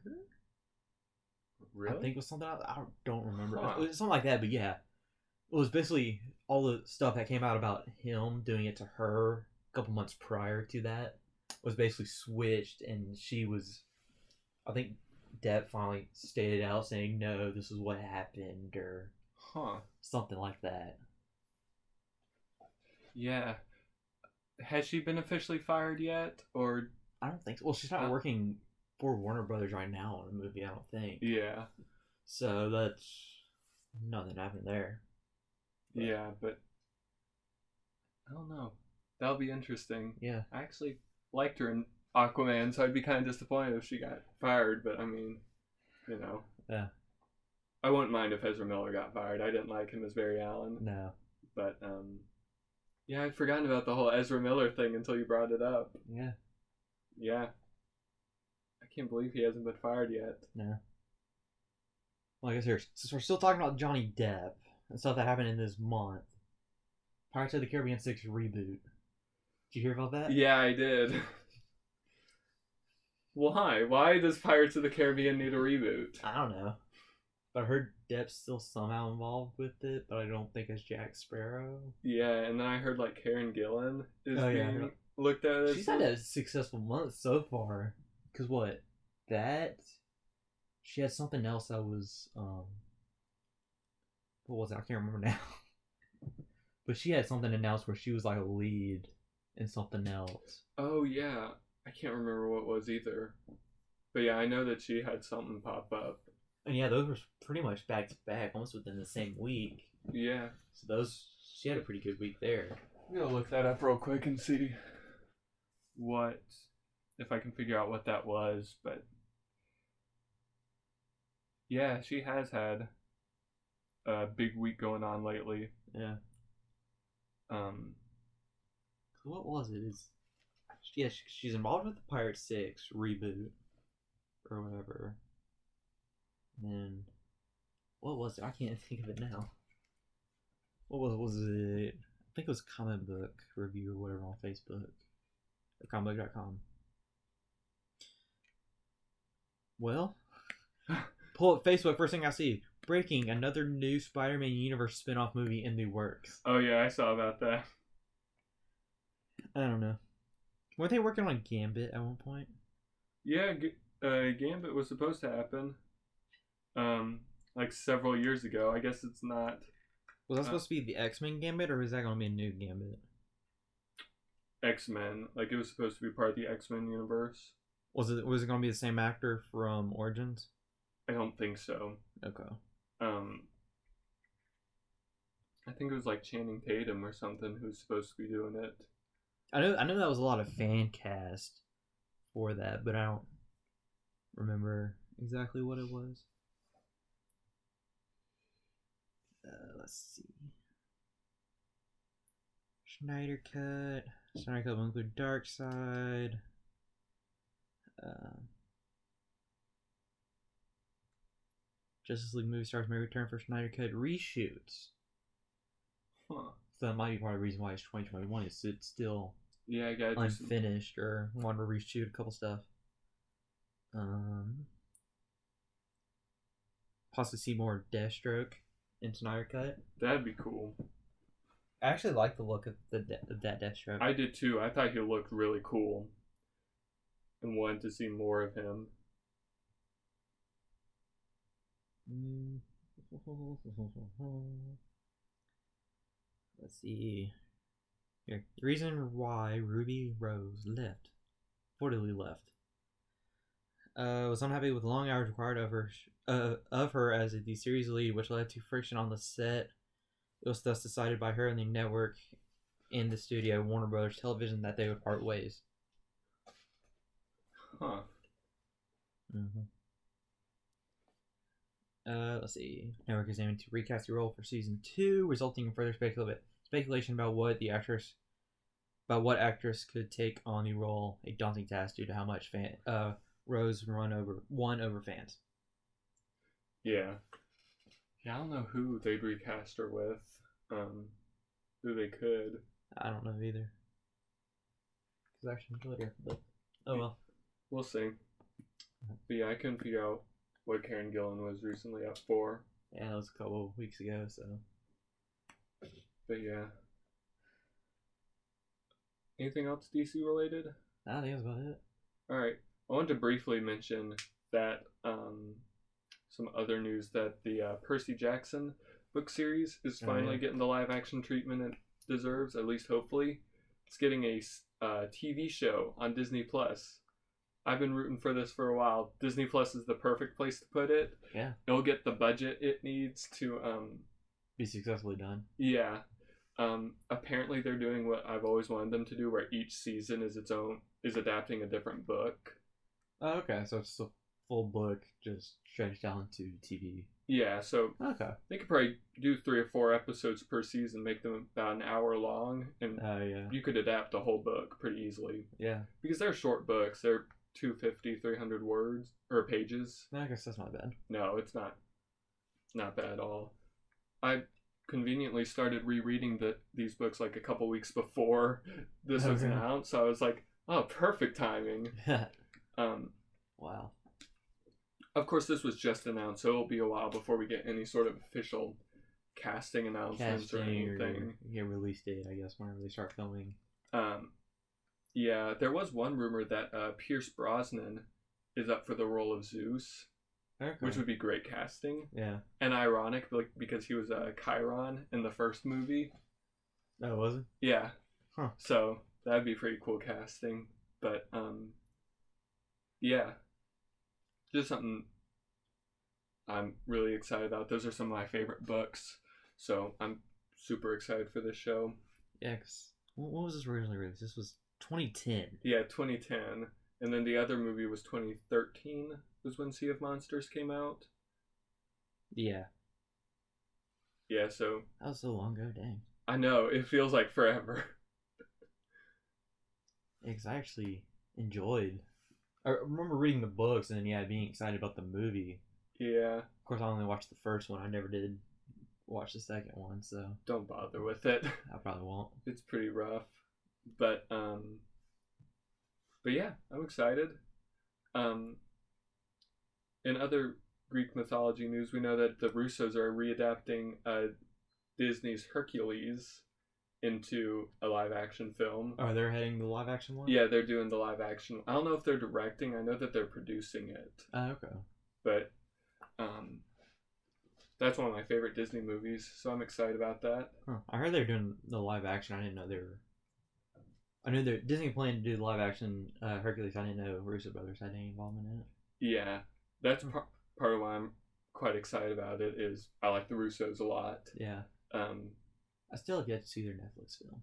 really?
I think it was something I, I don't remember.
Huh.
It was something like that, but yeah, it was basically all the stuff that came out about him doing it to her a couple months prior to that was basically switched, and she was, I think, Deb finally stated out saying no, this is what happened or
Huh.
something like that.
Yeah. Has she been officially fired yet? Or
I don't think. So. Well, she's not
Uh.
working for Warner Brothers right now on a movie. I don't think.
yeah,
So that's nothing happened there.
yeah, but I don't know. That'll be interesting.
Yeah.
I actually liked her in Aquaman, so I'd be kind of disappointed if she got fired. But I mean, you know.
Yeah.
I wouldn't mind if Ezra Miller got fired. I didn't like him as Barry Allen.
No.
But um, yeah, I'd forgotten about the whole Ezra Miller thing until you brought it up.
Yeah.
Yeah, I can't believe he hasn't been fired yet.
Well, I guess here, since we're still talking about Johnny Depp and stuff that happened in this month, Pirates of the Caribbean 6 reboot. Did you hear about that?
Yeah, I did. Why? Why does Pirates of the Caribbean need a reboot?
I don't know. But I heard Depp's still somehow involved with it, but I don't think it's Jack Sparrow.
Yeah, and then I heard like Karen Gillan is
Oh, yeah, I
being
heard-
looked at as
She's had a successful month so far. Because what? That. She had something else that was. um What was it? I can't remember now. but she had something announced where she was like a lead in something else.
Oh yeah, I can't remember what it was either. But yeah, I know that she had something pop up.
And yeah, those were pretty much back to back, almost within the same week.
Yeah,
So those, she had a pretty good week there.
I'm gonna look that up real quick and see what if I can figure out what that was, but yeah, she has had a big week going on lately.
Yeah.
Um
What was it? Is yeah, she, she's involved with the Pirate Six reboot or whatever. And then what was it? I can't think of it now. What was was it? I think it was comic book review or whatever on Facebook or comicbook.com. Well, pull up Facebook. First thing I see: breaking another new Spider-Man universe spin-off movie in the works.
oh yeah, I saw about that.
I don't know. Weren't they working on Gambit at one point?
Yeah, G- uh, Gambit was supposed to happen um like several years ago. I guess it's not
Was that
Uh,
supposed to be the X Men Gambit, or is that going to be a new Gambit?
X-Men. Like it was supposed to be part of the X-Men universe.
Was it was it gonna be the same actor from Origins?
I don't think so.
Okay.
Um, I think it was like Channing Tatum or something who's supposed to be doing it.
I know I know that was a lot of fan cast for that, but I don't remember exactly what it was. Uh, let's see. Schneider cut. Schneider cut will include Dark Side. Um, Justice League movie stars may return for Schneider cut reshoots.
Huh.
So that might be part of the reason why it's 2021 is it's still
Yeah, I gotta do some-
unfinished or want to reshoot a couple stuff. Um, possibly see more Deathstroke in Snyder Cut.
That'd be cool.
I actually like the look of the de- of that Deathstroke.
I did too. I thought he looked really cool and wanted to see more of him.
Mm. Let's see. Here, the reason why Ruby Rose left, reportedly left, uh, was unhappy with the long hours required of her, uh, of her as the series lead, which led to friction on the set. It was thus decided by her and the network, in the studio Warner Brothers Television, that they would part ways.
Huh.
Mm-hmm. Uh, let's see. Network is aiming to recast the role for season two, resulting in further specula- speculation about what the actress, about what actress could take on the role, a daunting task due to how much fan uh Rose run over won over fans.
Yeah. Yeah, I don't know who they'd recast her with. Um, who they could.
I don't know either. Because actually, later, but oh well.
We'll see. But yeah, I couldn't figure out what Karen Gillan was recently up for.
Yeah, that was a couple of weeks ago, so
But yeah. Anything else DC related?
I think that's about it.
All right. I want to briefly mention that um, some other news that the uh, Percy Jackson book series is
Oh,
finally
yeah.
getting the live action treatment it deserves, at least hopefully. It's getting a s- uh, TV show on Disney Plus. I've been rooting for this for a while. Disney Plus is the perfect place to put it.
Yeah.
It'll get the budget it needs to um,
Be successfully done.
yeah. Um, apparently they're doing what I've always wanted them to do where each season is its own is adapting a different book.
Oh, okay, so it's just a full book, just stretched out into TV.
Yeah, so
Okay.
they could probably do three or four episodes per season, make them about an hour long, and
Oh yeah.
you could adapt a whole book pretty easily.
Yeah.
Because they're short books, they're 250, 300 words or pages.
No, I guess that's not bad.
No, it's not not bad at all. I conveniently started rereading the, these books like a couple weeks before this was
Okay.
announced, so I was like, oh, perfect timing. Um,
wow.
of course, this was just announced, so it'll be a while before we get any sort of official casting announcements or
Casting or
anything.
your release date, I guess, whenever they start filming.
Um, yeah, there was one rumor that uh, Pierce Brosnan is up for the role of Zeus,
Okay.
which would be great casting
yeah.
and ironic like, because he was uh, Chiron in the first movie.
That wasn't.
Yeah.
Huh.
So that'd be pretty cool casting. But um yeah. Just something I'm really excited about. Those are some of my favorite books. So I'm super excited for this show.
Yeah. 'cause- wh- when was this originally released? This was 2010.
Yeah, 2010. And then the other movie was 2013 was when Sea of Monsters came out.
Yeah.
Yeah, so
That was so long ago. Dang.
I know it feels like forever.
Because I actually enjoyed. I remember reading the books and then yeah, being excited about the movie.
yeah,
Of course, I only watched the first one. I never did watch the second one, so
don't bother with it.
I probably won't.
it's pretty rough but um but yeah i'm excited um in other greek mythology news we know that the russos are readapting uh disney's hercules into a live action film
Are they heading the live action one?
yeah they're doing the live action i don't know if they're directing i know that they're producing it
Oh, okay.
but um that's one of my favorite disney movies so i'm excited about that
Huh. I heard they were doing the live action. I didn't know they were I knew that Disney planned to do the live action uh, Hercules. I didn't know Russo Brothers had any involvement in it.
Yeah, that's par- part of why I'm quite excited about it. Is I like the Russos a lot.
Yeah,
Um,
I still have yet to see their Netflix film.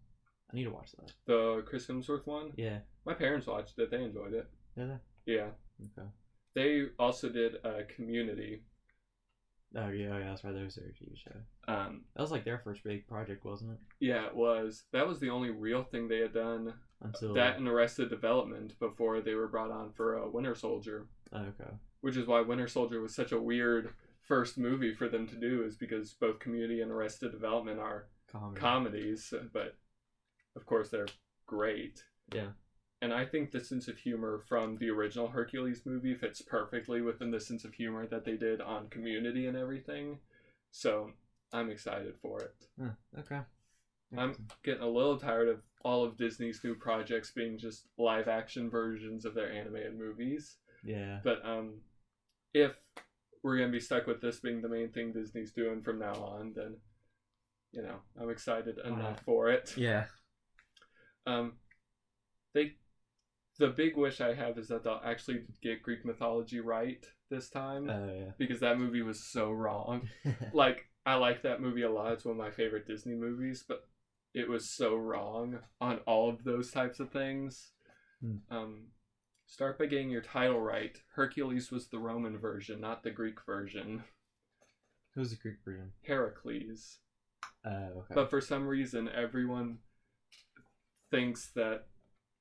I need to watch that.
the Chris Hemsworth one.
Yeah.
My parents watched it. They enjoyed it.
Did
Yeah.
Okay.
They also did uh, Community.
Oh yeah, oh, yeah, that's right. There was their TV show.
Um,
That was like their first big project, wasn't it?
yeah, it was. That was the only real thing they had done.
Until
That and Arrested Development before they were brought on for uh, Winter Soldier,
Oh, okay.
which is why Winter Soldier was such a weird first movie for them to do, is because both Community and Arrested Development are
Comedy.
comedies, but of course they're great.
Yeah.
And I think the sense of humor from the original Hercules movie fits perfectly within the sense of humor that they did on Community and everything. So I'm excited for it.
Huh, okay.
I'm- Getting a little tired of all of Disney's new projects being just live action versions of their animated movies.
Yeah.
But um, if we're gonna be stuck with this being the main thing Disney's doing from now on, then you know I'm excited
Why
enough
not?
for it.
Yeah.
Um, they, the big wish I have is that they'll actually get Greek mythology right this time
Oh
because that movie was so wrong.
yeah.
Like I like that movie a lot. It's one of my favorite Disney movies, but it was so wrong on all of those types of things.
Hmm.
Um, start by getting your title right. Hercules was the Roman version, not the Greek version.
Who's the Greek version?
Heracles.
Oh, okay.
But for some reason, everyone thinks that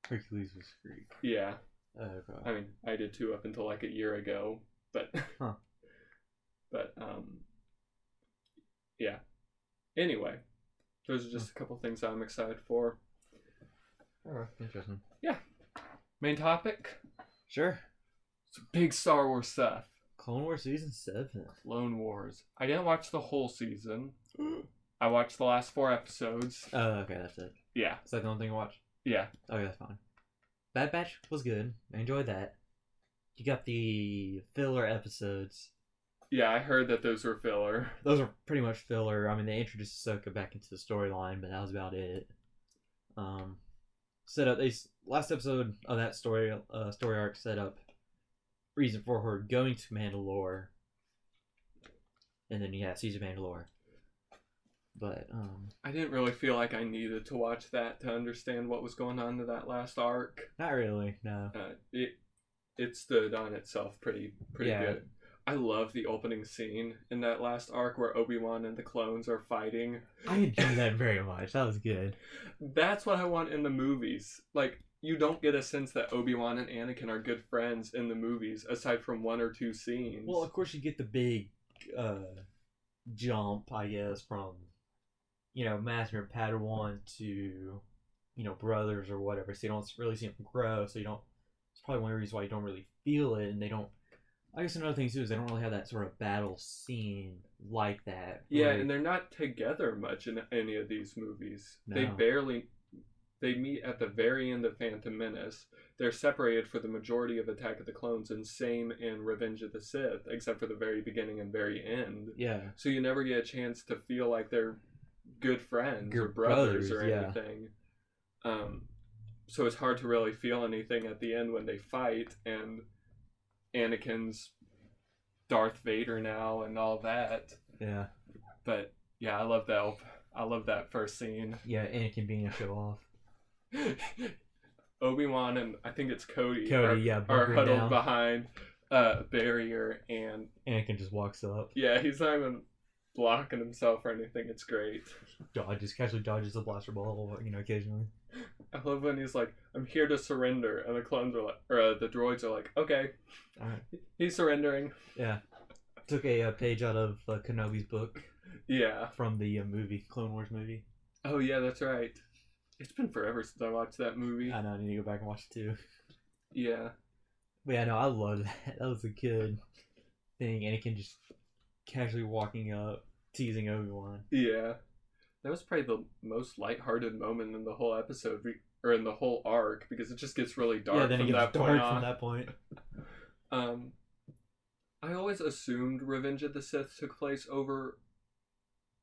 Hercules was Greek.
yeah.
Oh, okay.
I mean, I did too up until like a year ago, but
Huh.
but um yeah. Anyway, those are just a couple things I'm excited for.
Alright, Interesting.
Main topic,
Sure.
some big Star Wars stuff.
Clone Wars season seven.
Clone Wars. I didn't watch the whole season. I watched the last four episodes.
Oh, okay. That's it.
Yeah,
Is that the only thing I watched?
yeah.
Okay, that's fine. Bad Batch was good. I enjoyed that. You got the filler episodes.
Yeah, I heard that those were filler.
Those are pretty much filler. I mean, they introduced Ahsoka back into the storyline, but that was about it. Um, set up. They s- last episode of that story uh, story arc set up reason for her going to Mandalore, and then yeah, season Mandalore. But um,
I didn't really feel like I needed to watch that to understand what was going on to that last arc.
not really. No.
uh, it it stood on itself pretty pretty
Yeah.
good. I love the opening scene in that last arc where Obi Wan and the clones are fighting.
I enjoyed that very much. That was good.
That's what I want in the movies. Like you don't get a sense that Obi Wan and Anakin are good friends in the movies, aside from one or two scenes.
Well, of course, you get the big uh, jump, I guess, from you know master and Padawan to you know brothers or whatever. So you don't really see them grow. So you don't. It's probably one of the reasons why you don't really feel it, and they don't. I guess another thing too is they don't really have that sort of battle scene like that.
yeah,
where-
and they're not together much in any of these movies. They
No.
barely. They meet at the very end of Phantom Menace. They're separated for the majority of Attack of the Clones, and same in Revenge of the Sith, except for the very beginning and very end.
yeah,
So you never get a chance to feel like they're good friends or
Good
brothers, or
brothers, yeah.
anything. Um, so it's hard to really feel anything at the end when they fight, and Anakin's Darth Vader now, and all that.
yeah,
But yeah, I love that. op- I love that first scene.
yeah. Anakin being a show off.
Obi Wan and I think it's Cody, are,
Cody, yeah,
are
bunkering
huddled
down.
behind a barrier, and
Anakin just walks up,
yeah, he's not even blocking himself or anything. It's great.
dodges, casually dodges a blaster ball, you know, occasionally.
I love when he's like, "I'm here to surrender," and the clones are like, or uh, the droids are like, "Okay,
All right.
he's surrendering."
Yeah, took a, uh page out of uh, Kenobi's book.
Yeah.
from the uh, movie Clone Wars movie.
Oh yeah, that's right. It's been forever since I watched that movie.
I know I need to go back and watch it too.
yeah.
But yeah, no, I love that. That was a good thing. Anakin just casually walking up, teasing Obi Wan.
Yeah. That was probably the most lighthearted moment in the whole episode, be- or in the whole arc, because it just gets really dark
Yeah, then it
from
gets
that
dark
point on.
from that point.
Um, I always assumed Revenge of the Sith took place over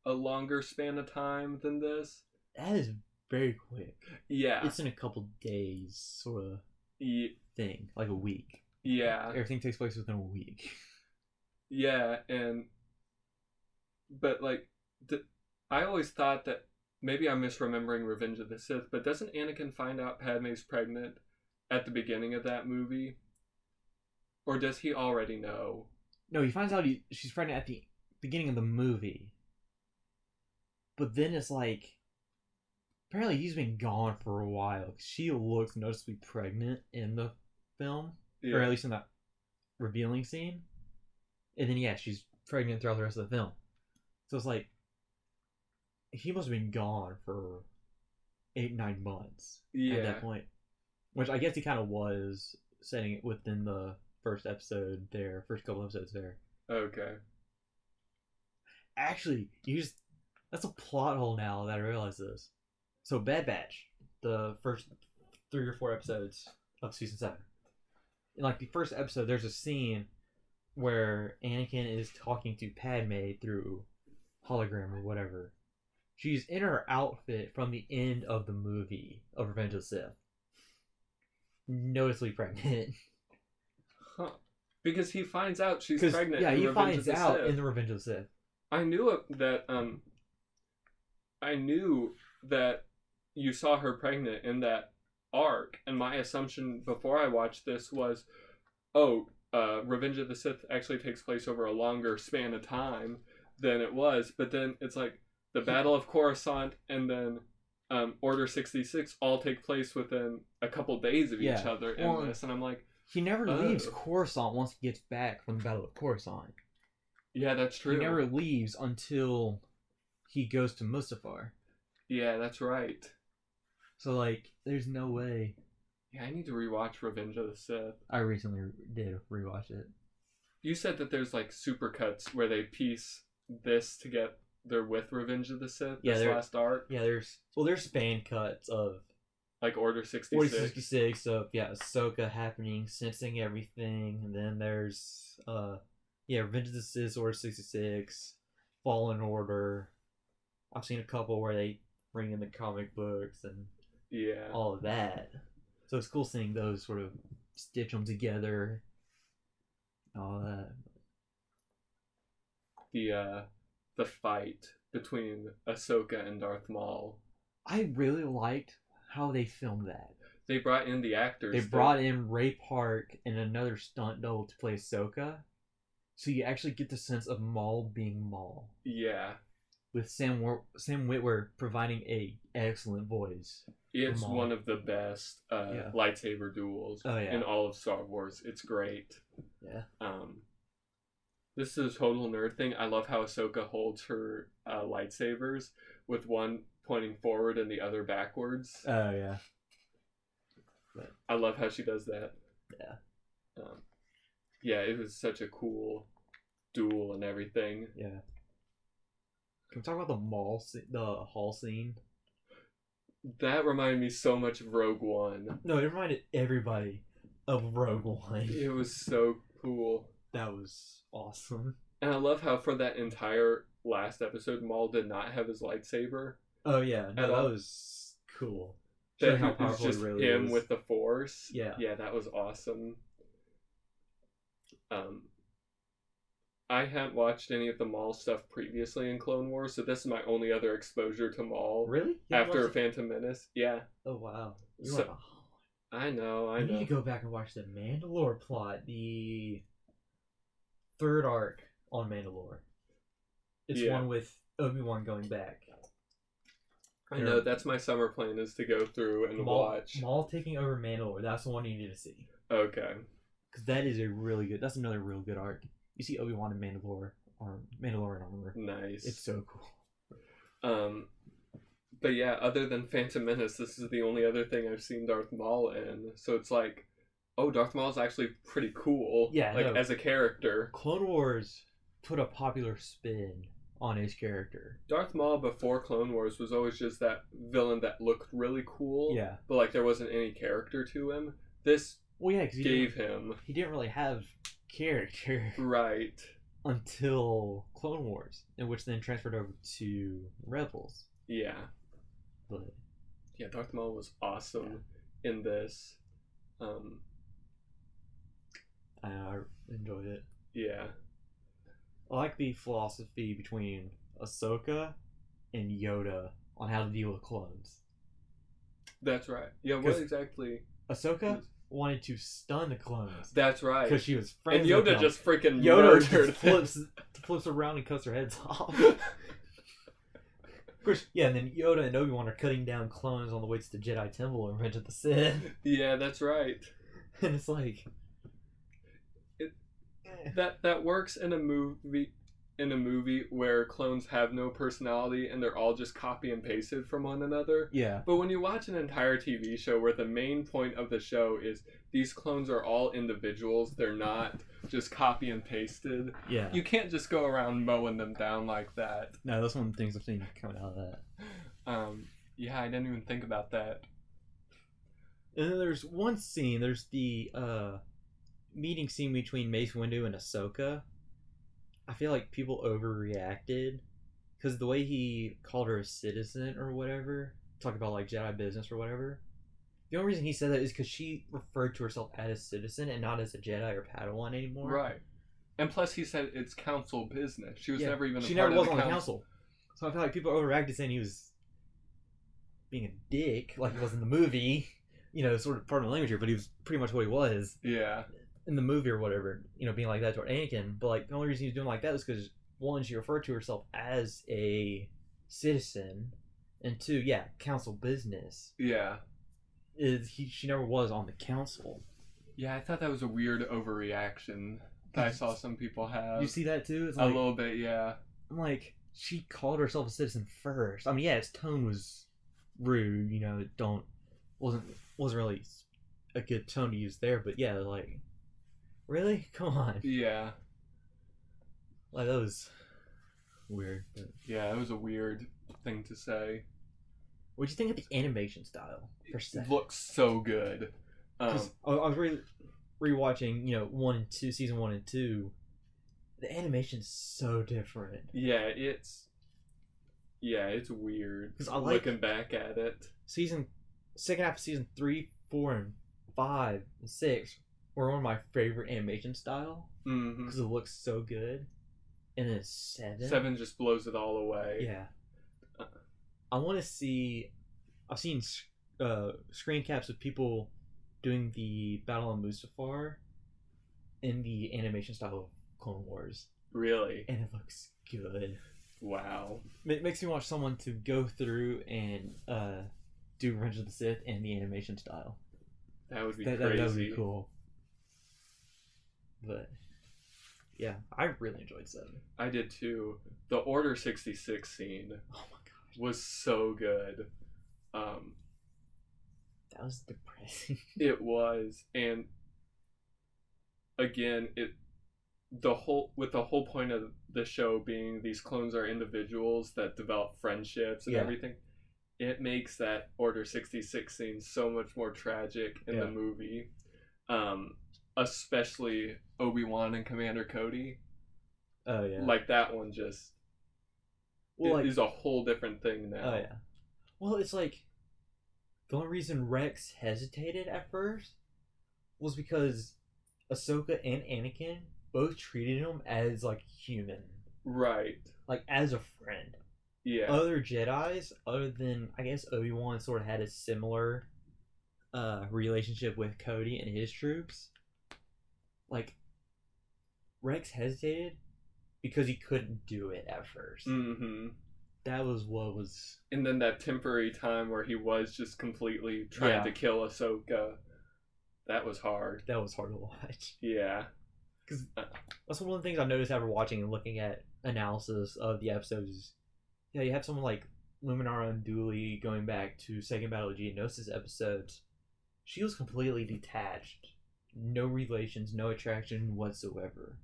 a longer span of time than this.
That is very quick.
Yeah.
It's in a couple days, sort of
Ye-
thing, like a week.
Yeah.
Everything takes place within a week.
Yeah, and but like th- I always thought that maybe I'm misremembering Revenge of the Sith, but doesn't Anakin find out Padme's pregnant at the beginning of that movie? Or does he already know?
No, he finds out he, she's pregnant at the beginning of the movie. But then it's like, apparently he's been gone for a while. She looks noticeably pregnant in the film, or at least in that revealing scene. And then yeah, she's pregnant throughout the rest of the film. So it's like, he must have been gone for eight nine months at
yeah.
that point. Which I guess he kind of was setting it within the first episode there, first couple episodes there.
Okay.
Actually, you just that's a plot hole now that I realize this. So Bad Batch, the first three or four episodes of season seven. In like the first episode, there's a scene where Anakin is talking to Padme through hologram or whatever. She's in her outfit from the end of the movie of Revenge of the Sith. Noticeably pregnant.
Huh. Because he finds out she's
'Cause,
pregnant.
yeah,
in
he
Revenge of
finds
the
out
Sith.
in the Revenge of the Sith.
I knew it- that um I knew that you saw her pregnant in that arc and my assumption before I watched this was oh uh Revenge of the Sith actually takes place over a longer span of time than it was but then it's like the Battle of Coruscant and then um, Order 66 all take place within a couple days of each
Yeah.
other in
Well,
this and I'm like
He never
Oh.
leaves Coruscant once he gets back from the Battle of Coruscant.
yeah that's true
He never leaves until he goes to Mustafar.
yeah that's right
So like, there's no way.
yeah I need to rewatch Revenge of the Sith
I recently did rewatch it.
you said that there's like supercuts where they piece this together with Revenge of the Sith,
Yeah,
this
they're-
last arc,
Yeah, there's well, there's span cuts of
like Order 66.
4066 of yeah, Ahsoka happening, sensing everything, and then there's uh, yeah, Revenge of the Sith, Order 66, Fallen Order. I've seen a couple where they bring in the comic books and
Yeah.
all of that. So it's cool seeing those sort of stitch them together. All that.
The uh the fight between Ahsoka and Darth Maul.
I really liked how they filmed that.
They brought in the actors.
They
that-
brought in Ray Park and another stunt double to play Ahsoka. So you actually get the sense of Maul being Maul,
Yeah.
with Sam Wor- Sam Witwer providing a excellent voice.
It's
Maul.
one of the best uh,
Yeah.
lightsaber duels
Oh, yeah.
in all of Star Wars. It's great.
Yeah.
Um, this is a total nerd thing. I love how Ahsoka holds her uh, lightsabers with one pointing forward and the other backwards.
Oh yeah.
I love how she does that.
Yeah.
Um, yeah, it was such a cool duel and everything.
Yeah. Can we talk about the mall, sce- the hall scene?
That reminded me so much of Rogue One.
No, it reminded everybody of Rogue One.
It was so cool.
That was awesome.
And I love how for that entire last episode, Maul did not have his lightsaber.
Oh yeah, no,
At all.
that was cool.
That
Showed how
it was
powerful it
just
really
him
is.
with the Force.
Yeah.
yeah, that was awesome. Um, I hadn't watched any of the Maul stuff previously in Clone Wars, so this is my only other exposure to Maul
Really? You
after
watched it?
Phantom Menace. Yeah,
Oh wow. You
So-
wanna-
I know, I
I
know.
need to go back and watch the Mandalore plot, the third arc on Mandalore. It's
Yeah.
one with Obi Wan going back.
I know that's my summer plan is to go through and
Maul,
watch.
Maul taking over Mandalore. That's the one you need to see
Okay,
because that is a really good. That's another real good arc. You see Obi Wan and Mandalore or Mandalorian armor.
nice.
It's so cool.
um, but yeah, other than Phantom Menace, this is the only other thing I've seen Darth Maul in. So it's like, oh, Darth Maul's actually pretty cool.
Yeah,
like
no.
as a character,
Clone Wars put a popular spin on his character.
Darth Maul before Clone Wars was always just that villain that looked really cool.
Yeah.
but like there wasn't any character to him. This
Well, yeah, because he,
gave
didn't-
him
he didn't really have character
right.
until Clone Wars, and which then transferred over to Rebels.
Yeah.
But
yeah, Darth Maul was awesome in this. Um,
I, I enjoyed it.
yeah,
I like the philosophy between Ahsoka and Yoda on how to deal with clones.
that's right. Yeah, what
'Cause-
exactly?
Ahsoka wanted to stun the clones
That's right.
because she was friends.
And
with
Yoda
them.
just freaking
Yoda just
murdered them.
flips flips around and cuts their heads off. Of course, yeah, and then Yoda and Obi Wan are cutting down clones on the way to the Jedi Temple in Revenge of the Sith,
yeah, that's right.
and it's like,
It-
Eh.
That that works in a movie in a movie where clones have no personality and they're all just copy and pasted from one another.
yeah,
But when you watch an entire TV show where the main point of the show is these clones are all individuals, they're not just copy and pasted.
yeah.
You can't just go around mowing them down like that.
no, that's one of the things I've seen coming out of that.
Um, yeah, I didn't even think about that.
And then there's one scene. There's the uh, meeting scene between Mace Windu and Ahsoka. I feel like people overreacted because the way he called her a citizen or whatever, talk about like Jedi business or whatever. The only reason he said that is because she referred to herself as a citizen and not as a Jedi or Padawan anymore.
Right. And plus, he said it's council business. She was
Yeah.
never even. A
she
part
never was
of
on
the
the council. So I feel like people overreacted saying he was being a dick, like he was in the movie. You know, sort of part of the language here, but he was pretty much what he was.
Yeah.
in the movie or whatever, you know, being like that toward Anakin. But like the only reason he's doing like that is because one, she referred to herself as a citizen, and two, yeah, council business
Yeah.
is he. She never was on the council.
Yeah. I thought that was a weird overreaction that I saw some people have.
You see that too? It's
a
like,
little bit. Yeah.
I'm like she called herself a citizen first. I mean, yeah, his tone was rude. You know, it don't wasn't wasn't really a good tone to use there. But yeah, like really, come on,
Yeah.
like that was weird. But
Yeah. It was a weird thing to say.
What'd you think of the animation style for Seth?
Looks so good. Um,
'Cause I, I was re- rewatching, you know, one and two, season one and two. The animation's so different.
yeah. It's. Yeah. It's weird.
'Cause I like-
looking back at it.
Season, second half of season three, four, and five and six were one of my favorite animation style
hmm
because it looks so good. And then seven,
Seven just blows it all away.
yeah. Uh, I want to see. I've seen s- uh, screen caps of people doing the Battle on Mustafar in the animation style of Clone Wars,
Really.
and it looks good.
Wow.
It makes me want someone to go through and uh, do Revenge of the Sith in the animation style.
That would be
That, that,
crazy.
that would be cool. But yeah, I really enjoyed Seven.
I did too. The Order 66 scene
Oh my gosh,
was so good. Um,
that was depressing.
it was, and again, it the whole with the whole point of the show being these clones are individuals that develop friendships and
Yeah.
everything. It makes that Order 66 scene so much more tragic in the
Yeah.
movie, um, especially Obi Wan and Commander Cody.
oh yeah,
Like that one just
well,
it is a whole different thing now.
Oh yeah. Well, it's like the only reason Rex hesitated at first was because Ahsoka and Anakin both treated him as like human,
Right.
like as a friend.
Yeah.
Other Jedi's, other than I guess Obi Wan, sort of had a similar uh, relationship with Cody and his troops. Like Rex hesitated because he couldn't do it at first.
hmm
That was what was
And then that temporary time where he was just completely trying
Yeah.
to kill Ahsoka. That was hard.
that was hard to watch.
Yeah.
That's one of the things I've noticed after watching and looking at analysis of the episodes. Is, yeah, you have someone like Luminara Unduli going back to Second Battle of Geonosis episodes. She was completely detached, no relations, no attraction whatsoever.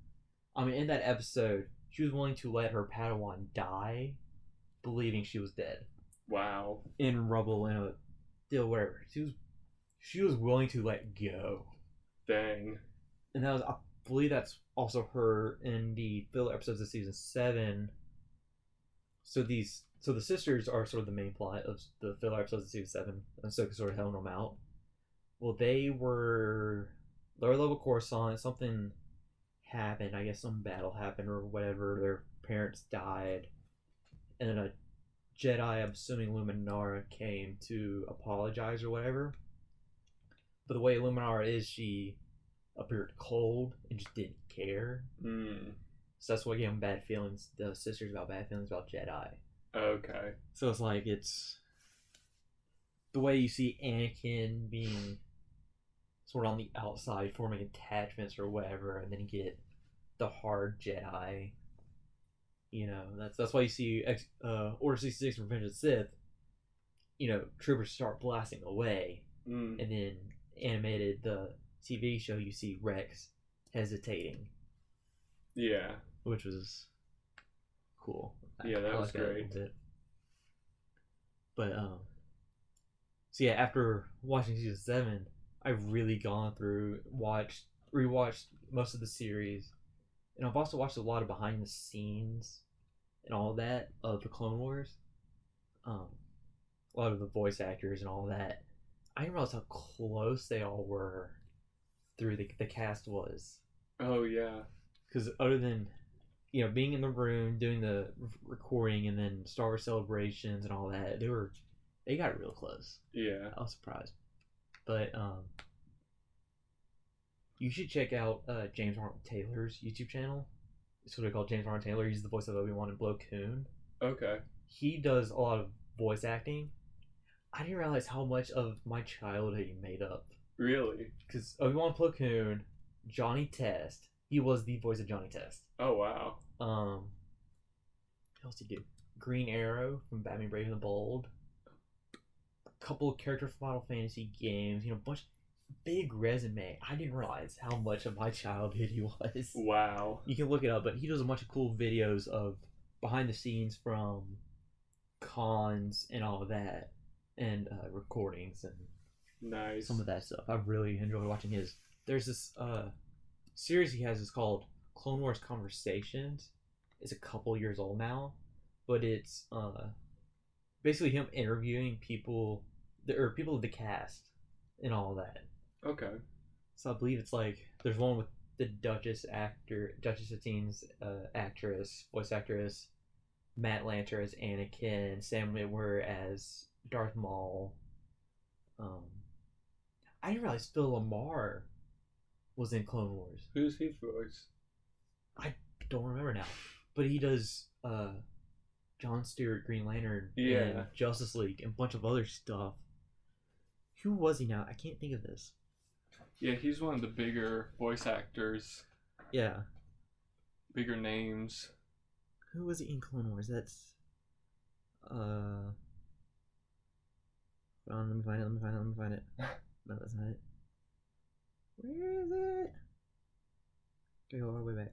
I mean, in that episode, she was willing to let her Padawan die, believing she was dead
Wow.
in rubble in a still whatever. She was, she was willing to let go
Dang.
and that was I believe that's also her in the filler episodes of season seven. So these so the sisters are sort of the main plot of the filler episodes of season seven, and so sort of helping them out. Well, they were lower level Coruscant. Something happened. I guess some battle happened or whatever. Their parents died, and then a Jedi, I'm assuming Luminara, came to apologize or whatever. But the way Luminara is, she appeared cold and just didn't care.
Mm,
So that's what gave them bad feelings. The sisters got bad feelings about Jedi.
okay.
So it's like it's the way you see Anakin being sort of on the outside, forming attachments or whatever, and then you get the hard Jedi. You know, that's that's why you see X, uh, Order sixty six Revenge of the Sith. You know, troopers start blasting away,
Mm,
and then animated the TV show you see Rex hesitating,
yeah.
which was cool.
Yeah, that was
liked a
great.
little bit. But um, so yeah, after watching season seven, I've really gone through, watched, rewatched most of the series, and I've also watched a lot of behind the scenes and all that of the Clone Wars. Um, a lot of the voice actors and all that. I didn't realize how close they all were through the the cast was
Oh yeah.
because other than you know being in the room doing the r- recording and then Star Wars celebrations and all that, they were they got real close.
Yeah.
I was surprised, but um, you should check out uh, James Arnold Taylor's YouTube channel. It's what they call James Arnold Taylor. He's the voice of Obi Wan and Blo Koon.
Okay.
He does a lot of voice acting. I didn't realize how much of my childhood he made up
Really?
because Obi Wan Blo Koon, Johnny Test. He was the voice of Johnny Test.
Oh wow.
Um, what else did he do? Green Arrow from Batman: Brave and the Bold. A couple of character from Final Fantasy games. You know, bunch big resume. I didn't realize how much of my childhood he was.
Wow.
You can look it up, but he does a bunch of cool videos of behind the scenes from cons and all of that, and uh, recordings and
Nice.
some of that stuff. I really enjoyed watching his. There's this uh, series he has is called Clone Wars Conversations. It's a couple years old now, but it's uh, basically him interviewing people, the, or people of the cast, and all that.
Okay.
So I believe it's like there's one with the Duchess actor, Duchess of Teens uh, actress, voice actress, Matt Lanter as Anakin, Sam Witwer as Darth Maul. Um, I didn't realize Phil Lamar was in Clone Wars.
Who's his voice?
Don't remember now, but he does uh, John Stewart, Green Lantern, and
Yeah.
Justice League, and a bunch of other stuff. Who was he now? I can't think of this.
Yeah, he's one of the bigger voice actors,
Yeah.
bigger names.
Who was it in Clone Wars? That's uh hold on, let me find it, let me find it, let me find it. No, that's not it. Where is it? Gotta go all the way back.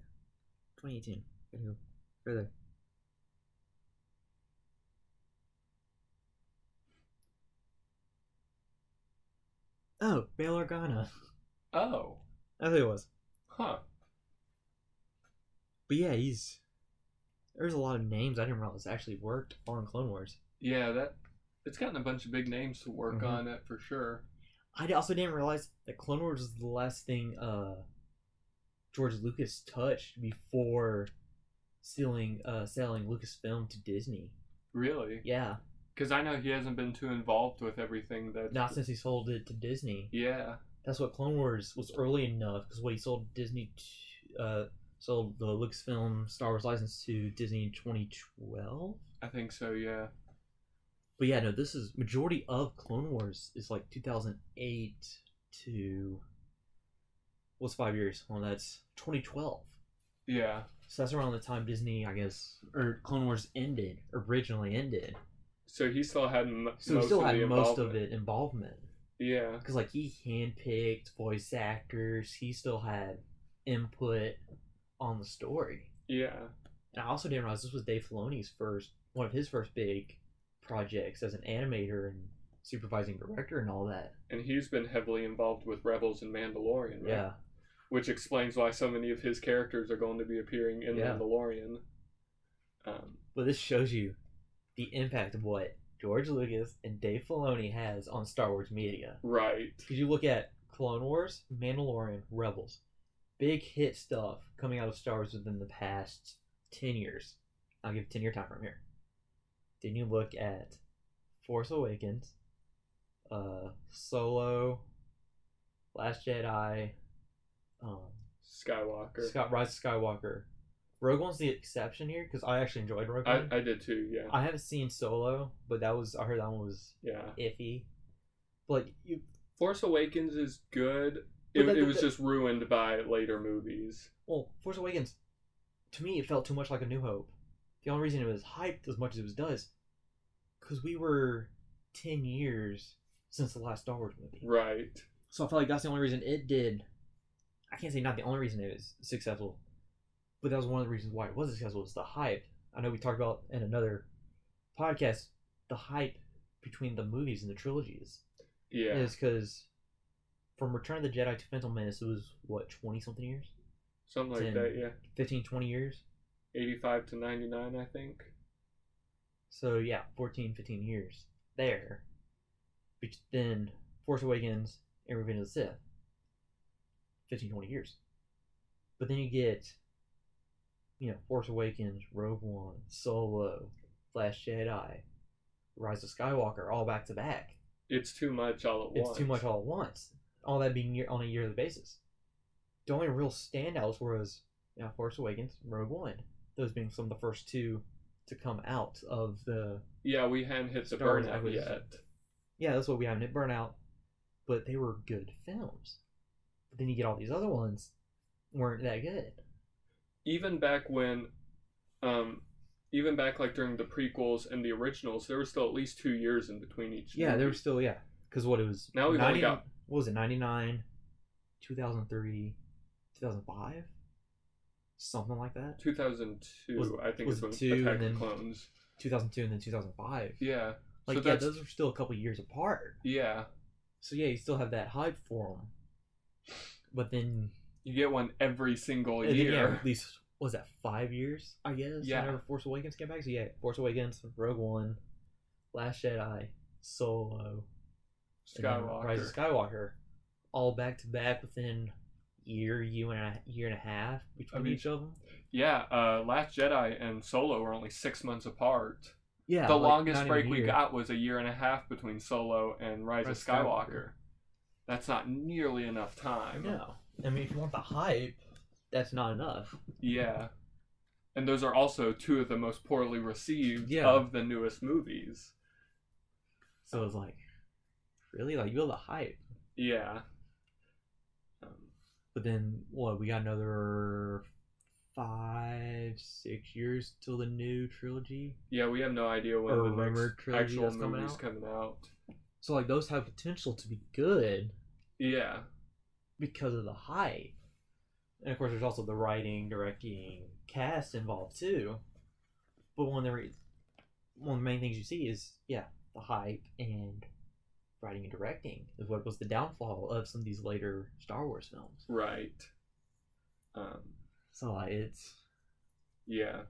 Twenty eighteen. Gotta go further. Oh, Bail Organa.
Oh.
That's who it was.
Huh.
But yeah, he's there's a lot of names I didn't realize actually worked on Clone Wars.
Yeah, that it's gotten a bunch of big names to work
Mhm.
on it for sure.
I also didn't realize that Clone Wars was the last thing uh, George Lucas touched before stealing, uh, selling Lucasfilm to Disney.
Really.
Yeah,
Because I know he hasn't been too involved with everything that.
not since he sold it to Disney.
Yeah.
That's what Clone Wars was early enough because what he sold Disney, to, uh, sold the Lucasfilm Star Wars license to Disney in 2012.
I think so. Yeah.
But yeah, no, this is majority of Clone Wars is like 2008 to what's five years? Well, that's 2012.
Yeah.
So that's around the time Disney, I guess, or Clone Wars ended, originally ended.
So he still had m-
So
most
he still
of
had
the
most of
involvement.
it involvement.
Yeah.
Because, like, he handpicked voice actors, he still had input on the story.
Yeah.
And I also didn't realize this was Dave Filoni's first, one of his first big projects as an animator and supervising director and all that.
And he's been heavily involved with Rebels and Mandalorian. Right?
Yeah.
Which explains why so many of his characters are going to be appearing in
Yeah.
Mandalorian. Um.
But this shows you the impact of what George Lucas and Dave Filoni has on Star Wars media.
Right.
Because you look at Clone Wars, Mandalorian, Rebels, big hit stuff coming out of Star Wars within the past ten years. I'll give a ten year time frame here. Then you look at Force Awakens, uh, Solo, Last Jedi, um,
Skywalker.
Scott Rise of Skywalker. Rogue One's the exception here because I actually enjoyed Rogue
I,
One. I,
I did too. Yeah.
haven't seen Solo, but that was I heard that one was
Yeah.
iffy. But like, you,
Force Awakens is good.
But
It,
that-
it
that-
was just ruined by later movies.
well, Force Awakens, to me, it felt too much like A New Hope. The only reason it was hyped as much as it was does, because we were ten years since the last Star Wars movie.
Right.
So I felt like that's the only reason it did. I can't say not the only reason it was successful, but that was one of the reasons why it was successful. Was the hype. I know we talked about in another podcast the hype between the movies and the trilogies
Yeah.
is because from Return of the Jedi to Phantom Menace it was what twenty something years,
Something like
Ten.
that. Yeah.
15, 20 years.
85 to 99, I think.
So yeah, 14, 15 years there. But then Force Awakens and Revenge of the Sith. 15, 20 years. But then you get, you know, Force Awakens, Rogue One, Solo, Last Jedi, Rise of Skywalker, all back to back.
It's too much all at
It's
once.
too much all at once. All that being year, on a yearly basis. The only real standouts was you know, Force Awakens, Rogue One. Those being some of the first two to come out of the
Yeah, we hadn't hit the
Star Wars
burnout
Echoes.
yet.
yeah, that's what we haven't hit Burnout, but they were good films. But then you get all these other ones weren't that good.
Even back when, um, even back like during the prequels and the originals, there was still at least two years in between each.
Yeah,
movie.
they were still yeah, because what it was
Now we've
90
only got-
what was it ninety nine, two thousand three, two thousand five, something like that.
2002,
Was-
I think,
was
is when
it two and
Attack of
then-
Clones.
Two thousand two and then two thousand five.
Yeah.
Like
so
yeah,
that's
those were still a couple years apart.
yeah.
So yeah, you still have that hype for them. But then,
You get one every single
and then, yeah,
year.
at least was that five years? I guess.
Yeah.
Whenever Force Awakens came back, so yeah, Force Awakens, Rogue One, Last Jedi, Solo, and then Rise
Skywalker.
of Skywalker, all back to back within year, year and a year and a half between
mean-
each of them.
Yeah, uh, Last Jedi and Solo were only six months apart.
Yeah,
the
like, not
longest
even a
break we
year.
got was a year and a half between Solo and
Rise
Rise, of
of
Skywalker.
Skywalker.
That's not nearly enough time.
No, I mean, if you want the hype, that's not enough.
Yeah. And those are also two of the most poorly received
Yeah.
of the newest movies.
So it's like, really, like you have the hype.
Yeah. Um,
But then what? We got another five, six years till the new trilogy.
yeah, we have no idea when
Or
the
rumored
next
Oh, trilogy
actual
that's coming
movie's
out?
coming out.
So like those have potential to be good
Yeah.
because of the hype. And of course, there's also the writing, directing, cast involved too. But one of the re- one of the main things you see is yeah, the hype and writing and directing is what was the downfall of some of these later Star Wars films.
Right. Um,
So like, it's
yeah.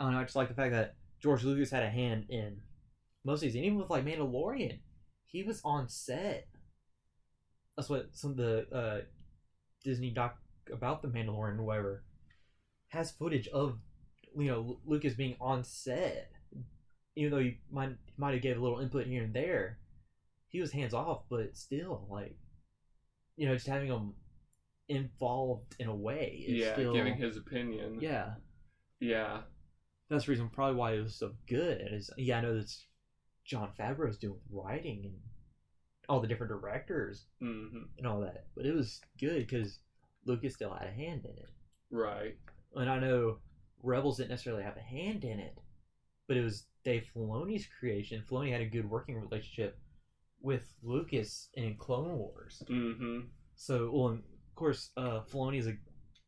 I don't know. I just like the fact that George Lucas had a hand in most of these, and even with like Mandalorian, he was on set. That's what some of the uh, Disney doc about the Mandalorian, or whatever, has footage of you know Lu- Lucas being on set, even though he might might have gave a little input here and there. He was hands off, but still, like you know, just having him involved in a way. Is
Yeah,
still,
giving his opinion.
yeah.
Yeah.
That's the reason probably why it was so good. Is yeah, I know that's John Favreau's doing the writing and all the different directors
hmm
and all that, but it was good because Lucas still had a hand in it.
Right.
And I know Rebels didn't necessarily have a hand in it, but it was Dave Filoni's creation. Filoni had a good working relationship with Lucas in Clone Wars.
hmm
So, well, and of course, uh, Filoni is a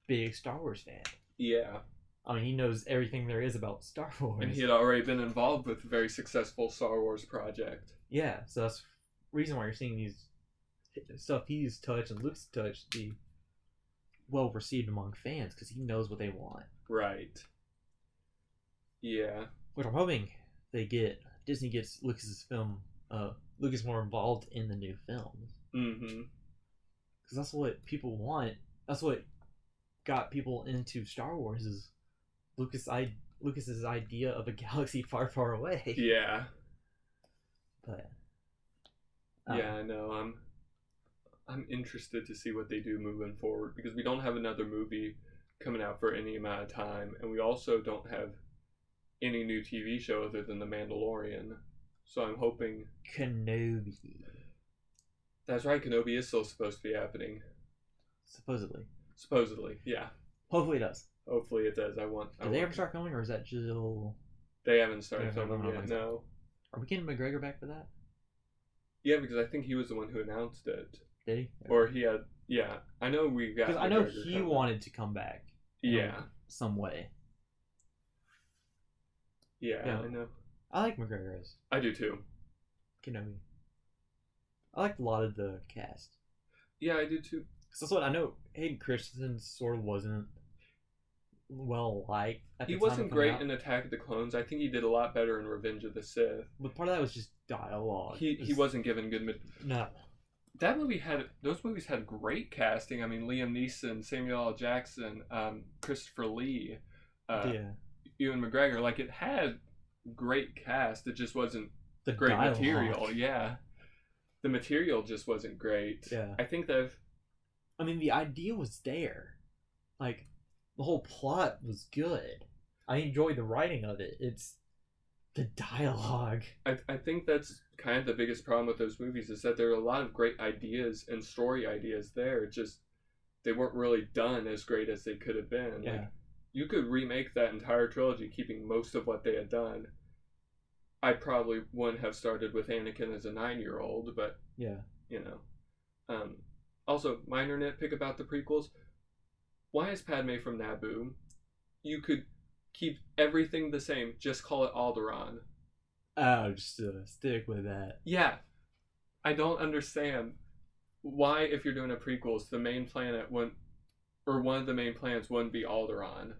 big Star Wars fan.
Yeah.
I mean, he knows everything there is about Star Wars.
And he had already been involved with a very successful Star Wars project.
Yeah, so that's the reason why you're seeing these stuff he's touched and Luke's touched be well received among fans because he knows what they want.
Right. Yeah.
Which I'm hoping they get Disney gets Lucas's film uh, Lucas more involved in the new films
Mm-hmm.
because that's what people want. That's what got people into Star Wars is Lucas I Lucas's idea of a galaxy far, far away.
Yeah.
But uh,
Yeah, I know. I'm I'm interested to see what they do moving forward because we don't have another movie coming out for any amount of time, and we also don't have any new TV show other than The Mandalorian. So I'm hoping
Kenobi
that's right. Kenobi is still supposed to be happening,
supposedly.
supposedly. Yeah.
Hopefully it does.
Hopefully it does. I want. I
Did they
want-
ever start filming, or is that Jill?
They haven't started
They're not
filming
on it.
yet. No.
Are we getting McGregor back for that?
Yeah, because I think he was the one who announced it,
Did he?
or he had. Yeah, I know we got.
Because I know
McGregor
he
coming.
wanted to come back
Yeah,
some way.
yeah,
Yeah.
I know.
I like McGregor as
I do too.
Kenobi. I liked a lot of the cast.
Yeah, I do too.
'Cause that's what I know. Hayden Christensen sort of wasn't well liked. At
He
the time of coming
wasn't great
out.
in Attack of the Clones. I think he did a lot better in Revenge of the Sith.
but part of that was just dialogue.
He
It
he wasn't given good. Mid-
no.
that movie had those movies had great casting. I mean, Liam Neeson, Samuel L. Jackson, um, Christopher Lee, uh,
yeah,
Ewan McGregor. Like it had great cast. It just wasn't
the
great
dialogue.
material. Yeah, the material just wasn't great.
Yeah.
I think that
I mean, the idea was there. Like, the whole plot was good. I enjoyed the writing of it. It's the dialogue.
I, I think that's kind of the biggest problem with those movies is that there are a lot of great ideas and story ideas there. It's Just they weren't really done as great as they could have been. Like,
Yeah.
you could remake that entire trilogy, keeping most of what they had done. I probably wouldn't have started with Anakin as a nine-year-old, but
Yeah.
you know. Um, also, minor nitpick about the prequels. Why is Padme from Naboo? You could keep everything the same. Just call it Alderaan.
Oh, just uh, stick with that.
Yeah. I don't understand why, if you're doing a prequels, the main planet wouldn't, or one of the main planets wouldn't be Alderaan.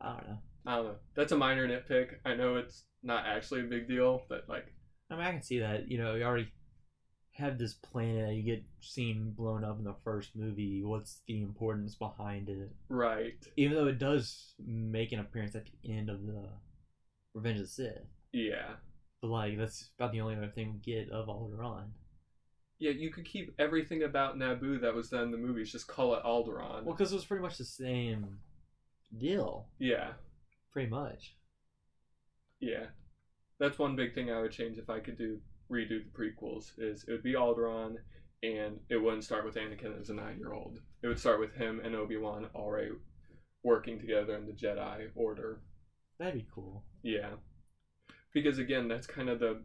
I don't know.
I don't know. That's a minor nitpick. I know it's not actually a big deal, but like,
I mean, I can see that. You know, you already have this planet. You get seen blown up in the first movie. What's the importance behind it?
right.
Even though it does make an appearance at the end of the Revenge of the Sith,
Yeah.
but like that's about the only other thing we get of Alderaan.
Yeah, you could keep everything about Naboo that was done in the movies, just call it Alderaan.
Well, because it was pretty much the same deal,
yeah.
pretty much.
Yeah. That's one big thing I would change if I could do redo the prequels is it would be Alderaan and it wouldn't start with Anakin as a nine year old. It would start with him and Obi Wan already working together in the Jedi order.
That'd be cool.
Yeah. Because again, that's kind of the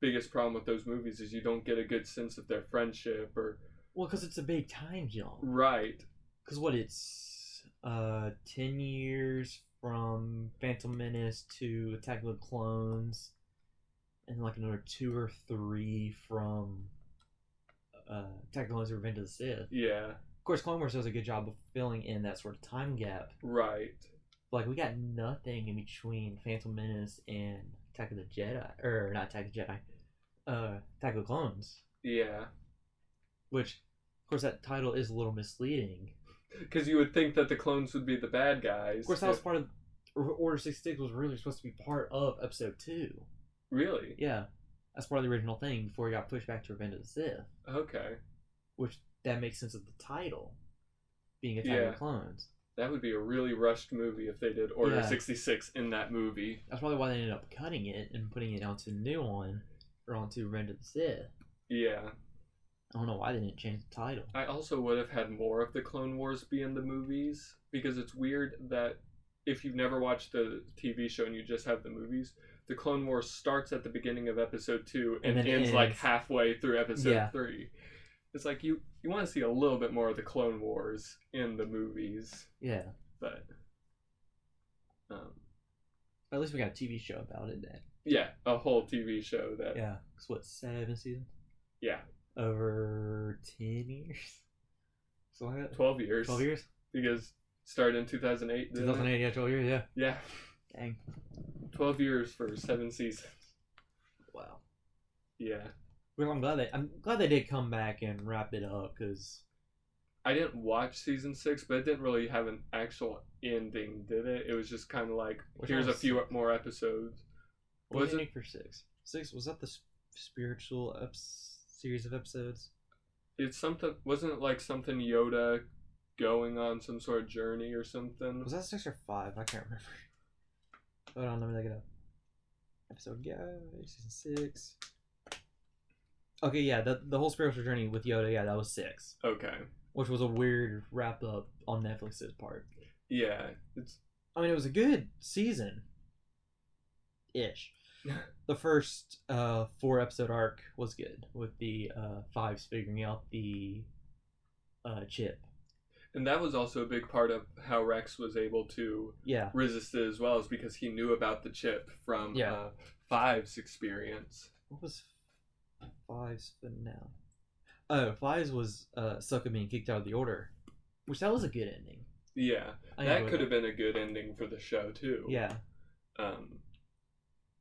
biggest problem with those movies is you don't get a good sense of their friendship or
Well, because it's a big time jump.
Mm. right.
Because what it's uh ten years from Phantom Menace to Attack of the Clones, and like another two or three from uh, Attack of the Clones: and Revenge of the Sith. Of
Yeah.
course, Clone Wars does a good job of filling in that sort of time gap.
Right.
But, like we got nothing in between Phantom Menace and Attack of the Jedi, or not Attack of the Jedi, uh, Attack of the Clones.
Yeah.
Which, of course, that title is a little misleading.
Because you would think that the clones would be the bad guys.
Of course, that was part of or- Order Six Six was really supposed to be part of Episode Two.
Really?
Yeah, that's part of the original thing before it got pushed back to Revenge of the Sith,
Okay.
which that makes sense of the title being Attack of
Yeah.
the Clones.
That would be a really rushed movie if they did Order
Yeah.
66 in that movie.
That's probably why they ended up cutting it and putting it onto a new one or onto Revenge of the Sith.
Yeah.
I don't know why they didn't change the title.
I also would have had more of the Clone Wars be in the movies because it's weird that if you've never watched the TV show and you just have the movies, the Clone Wars starts at the beginning of episode 2
And
and,
then
ends, like
ends.
halfway through episode
Yeah.
3. It's like you you want to see a little bit more of the Clone Wars in the movies,
Yeah,
but um,
at least we got a TV show about it then.
yeah, a whole TV show that
Yeah, it's what seven seasons
yeah,
over ten years. So like that.
12 years.
Twelve years.
because it started in 2008. didn't it?
2008. Yeah, twelve years. Yeah.
Yeah.
Dang.
12 years for seven seasons.
Wow.
Yeah.
Well, I'm glad they. I'm glad they did come back and wrap it up because
I didn't watch season six, but it didn't really have an actual ending, did it? It was just kind of like,
Which
here's a
was-
few more episodes. Was it?
for six? Six was that the s- spiritual ep- series of episodes?
It's something, wasn't it like something Yoda going on some sort of journey or something?
Was that six or five? I can't remember. Hold on, let me look it up. Episode yeah, season six. Okay, yeah, the the whole spiritual journey with Yoda, yeah, that was six,
Okay.
which was a weird wrap up on Netflix's part.
Yeah. It's
I mean, it was a good season. Ish. the first uh, four episode arc was good with the uh, fives figuring out the uh, chip.
And that was also a big part of how Rex was able to
Yeah.
resist it as well, is because he knew about the chip from
Yeah.
uh, Five's experience.
What was fives for now? Oh, fives was uh, Sokka being kicked out of the order, which that was a good ending.
Yeah,
I
that
enjoyed
could have been a good ending for the show too.
Yeah.
Um,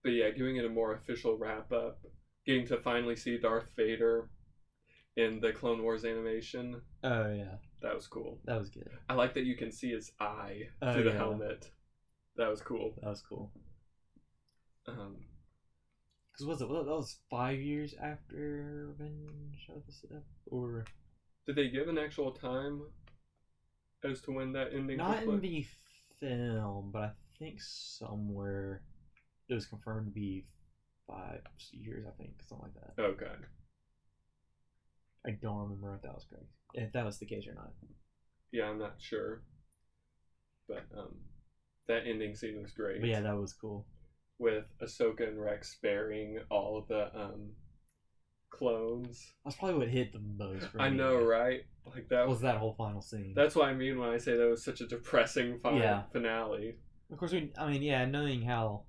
but yeah, giving it a more official wrap up, getting to finally see Darth Vader in the Clone Wars animation,
Oh yeah,
that was cool.
that was good.
I like that you can see his eye
Oh,
through the
yeah.
helmet. That was cool.
That was cool.
Um,
Cause was it well, that was five years after Revenge of the Sith, or
did they give an actual time as to when that ending?
Not
took
in
place?
the film, but I think somewhere it was confirmed to be five years, I think, something like that.
Okay.
I don't remember if that was correct, if that was the case or not.
Yeah, I'm not sure. But um, that ending scene was great.
But yeah, that was cool.
With Ahsoka and Rex burying all of the um, clones.
That's probably what hit the most. For
I
me.
know, right? Like that
Was
was.
that whole final scene?
That's what I mean when I say that was such a depressing fi-
Yeah.
finale.
Of course, we. I mean, yeah, knowing how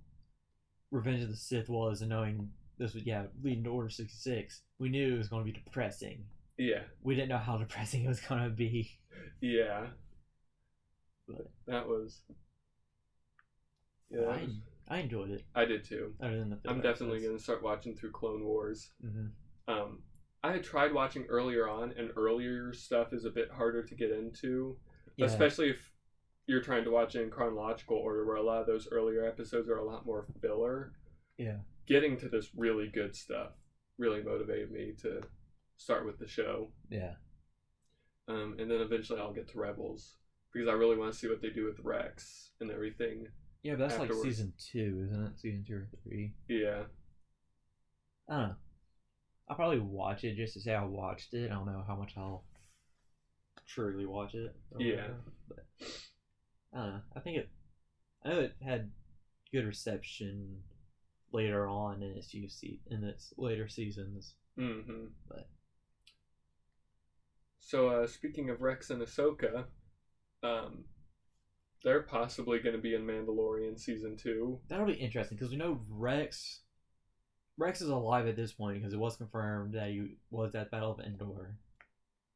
Revenge of the Sith was, and knowing this was, yeah, leading to Order sixty six, we knew it was going to be depressing.
Yeah,
We didn't know how depressing it was going to be.
yeah.
But-
That was. Yeah, that
I,
was-
I enjoyed it.
I did too.
Other than the.
I'm definitely gonna start watching through Clone Wars.
Mm-hmm.
Um, I had tried watching earlier on, and earlier stuff is a bit harder to get into, especially if you're trying to watch it in chronological order, where a lot of those earlier episodes are a lot more filler.
Yeah.
Getting to this really good stuff really motivated me to start with the show,
Yeah.
um, and then eventually I'll get to Rebels because I really want to see what they do with Rex and everything.
Yeah, but that's
Afterwards.
like season two, isn't it? Season two or three.
Yeah,
I don't know. I'll probably watch it just to say I watched it. I don't know how much I'll truly watch it. or
Yeah.
whatever, But I don't know. I think it. I know it had good reception later on in its UFC in its later seasons.
Mm-hmm.
But-
So uh, speaking of Rex and Ahsoka, um, they're possibly going to be in Mandalorian season two.
That'll be interesting because we know Rex. Rex is alive at this point because it was confirmed that he was at Battle of Endor.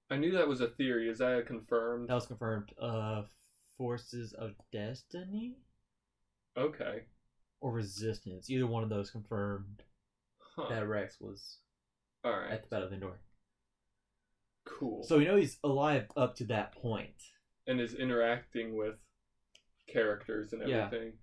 I knew that was a theory. Is that confirmed?
That was confirmed. Uh, Forces of Destiny
Okay.
or Resistance. Either one of those confirmed
Huh.
that Rex was
All right.
at the Battle of Endor.
Cool.
So we know he's alive up to that point.
and is interacting with characters and
Yeah.
everything.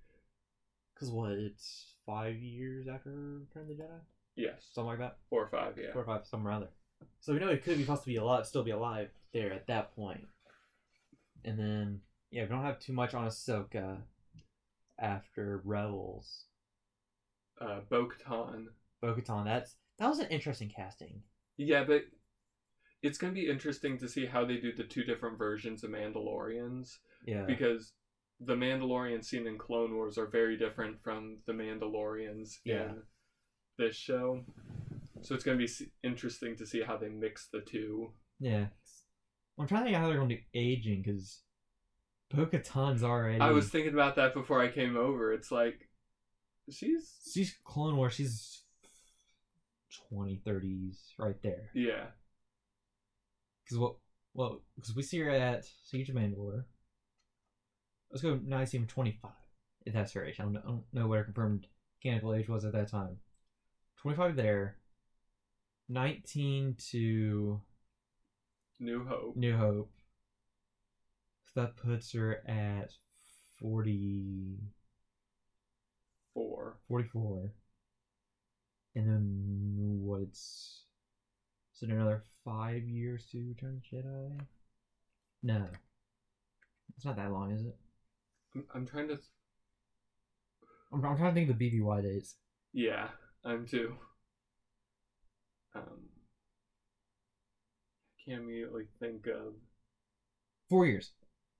Cause what? It's five years after Return of the Jedi,
Yes.
something like that.
Four or five. Yeah.
Four or five, somewhere around there. So we know he could be possibly alive, still be alive there at that point. And then yeah, we don't have too much on Ahsoka after Rebels.
Uh, Bo-Katan.
Bo-Katan, that's that was an interesting casting.
Yeah, but it's going to be interesting to see how they do the two different versions of Mandalorians.
Yeah.
because the Mandalorians seen in Clone Wars are very different from the Mandalorians
Yeah.
in this show. So it's going to be s- interesting to see how they mix the two.
Yeah. I'm trying to think how they're gonna do aging because Bo-Katan's already.
I was thinking about that before I came over. It's like she's
she's Clone Wars. She's 20, 30s, right there.
yeah,
Because what, what, because we see her at Siege of Mandalore. Let's go. Now I see him 25. if that's her age. I don't, know- I don't know what her confirmed canonical age was at that time. 25 there, 19 to
New Hope.
New Hope. So that puts her at 40,
Four.
44. And then what's. So in another five years to Return of the Jedi? No. It's not that long, is it?
I'm, I'm trying to.
I'm, I'm trying to think of the BBY dates.
Yeah, I'm too. Um, I can't immediately think of
Four years.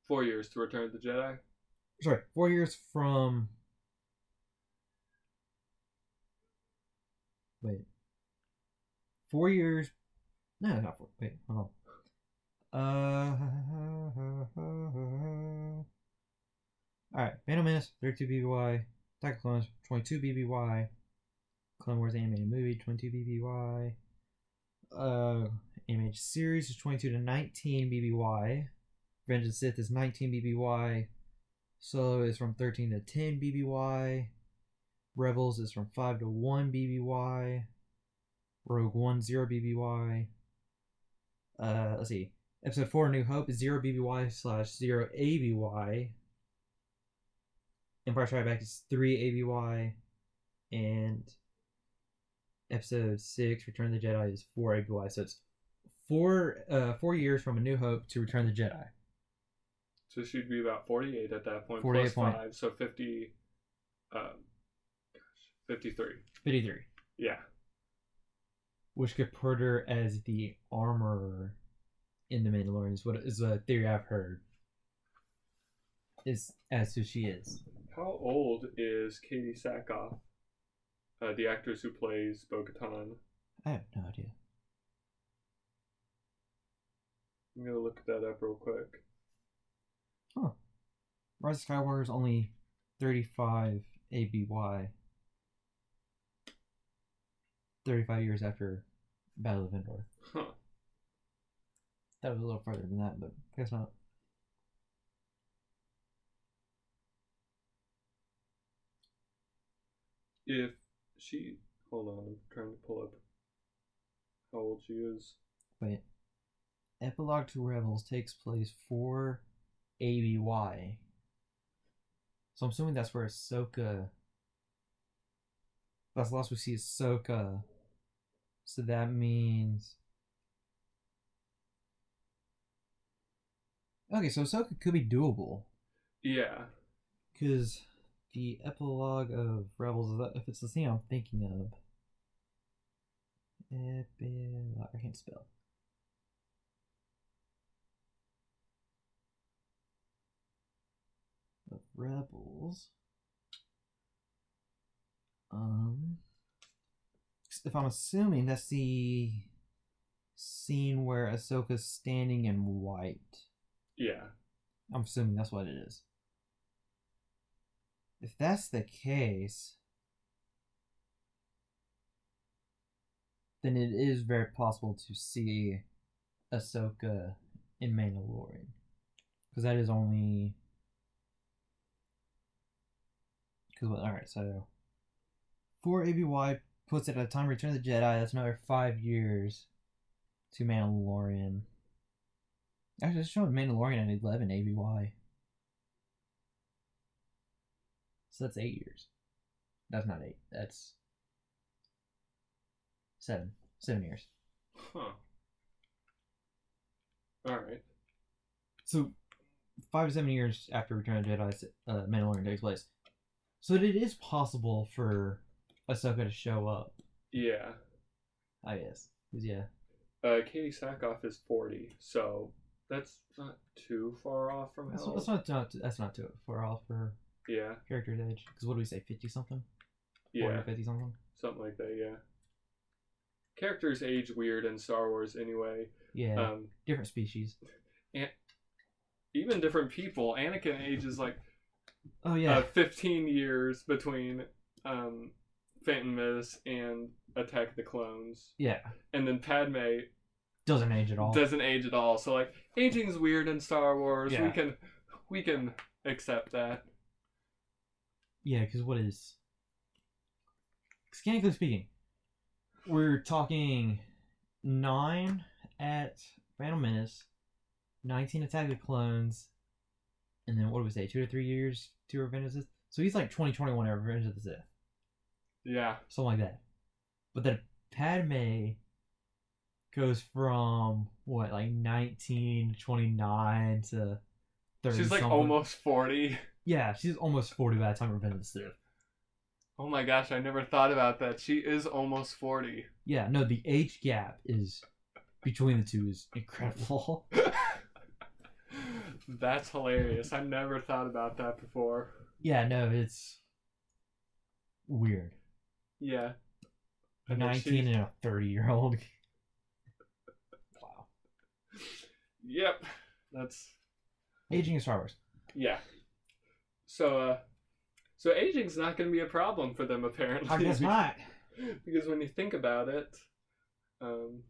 four years to Return of the Jedi.
sorry, four years from. Wait. Four years. No, not four. Wait, hold Uh, on. Uh. Alright, Phantom Menace, 32 BBY. Attack of Clones, 22 BBY. Clone Wars animated movie, 22 BBY. Uh, animated series is 22 to 19 BBY. Revenge of the Sith is 19 BBY. Solo is from 13 to 10 BBY. Rebels is from 5 to 1 BBY. Rogue One, 0 BBY. Uh, let's see. Episode 4, New Hope, is 0 BBY slash 0 ABY. Empire Strikes Back is 3 ABY. And Episode 6, Return of the Jedi, is 4 ABY. So it's four, uh, four years from A New Hope to Return of the Jedi.
So she'd be about 48 at that point,
48
plus
point.
5, so 50, um, gosh, 53.
53.
Yeah,
which could put her as the armorer in the Mandalorian is what is a theory I've heard. Is as who she is.
How old is Katie Sackhoff, uh, the actress who plays Bo Katan?
I have no idea.
I'm going to look that up real quick.
Rise of Skywalker is only thirty five ABY. Thirty five years after Battle of Endor.
Huh.
That was a little further than that, but I guess not.
If she. Hold on, I'm trying to pull up how old she is.
Wait. Epilogue to Rebels takes place 4 ABY. So I'm assuming that's where Ahsoka. That's the last we see Ahsoka. So that means. Okay, so Ahsoka could be doable.
Yeah,
Because the epilogue of Rebels, is that- if it's the scene I'm thinking of. Epilogue, I can't spell. Of Rebels. Um. 'cause If I'm assuming that's the scene where Ahsoka's standing in white.
yeah.
I'm assuming that's what it is. If that's the case, then it is very possible to see Ahsoka in Mandalorian. Because that is only. Because, well, alright, so. 4 ABY puts it at a time Return of the Jedi, that's another 5 years to Mandalorian. Actually, it's showing Mandalorian at 11 ABY. So that's eight years. That's not eight. That's seven. Seven years.
Huh. Alright.
So five to seven years after Return of the Jedi, uh, Mandalorian takes place. So it is possible for Ahsoka to show up.
Yeah.
I guess. 'Cause, yeah.
Uh, Katie Sackhoff is 40, so that's not too far off from
That's,
how.
that's not, not that's not too far off for her
Yeah,
character's age. Because what do we say, fifty something? Forty
yeah.
fifty something?
Something like that, yeah. Characters age weird in Star Wars anyway.
Yeah.
Um,
Different species.
even different people. Anakin ages like
Oh yeah.
uh, 15 years between um, Phantom Menace and Attack of the Clones,
yeah.
and then Padme
Doesn't age at all.
doesn't age at all. So like, aging's weird in Star Wars.
Yeah.
We can we can accept that.
Yeah, because what is. Mechanically speaking, we're talking 9 at Phantom Menace, 19 Attack of the Clones, and then what do we say? 2 to 3 years to Revenge of the Sith? So he's like 2021 at Revenge of the Sith.
Yeah.
Something like that. But then Padme goes from, what, like 19 to 29 to 30.
She's like
something.
almost 40.
Yeah, she's almost 40 by the time Revenge of the Sith.
Oh my gosh, I never thought about that. She is almost 40.
Yeah, no, the age gap is between the two is incredible.
That's hilarious. I never thought about that before.
yeah, no, it's weird.
Yeah.
A
And then
nineteen
she's-
and a thirty year old. wow.
Yep. That's
Aging in Star Wars.
yeah. So uh so aging's not going to be a problem for them apparently.
I guess not.
Because when you think about it, um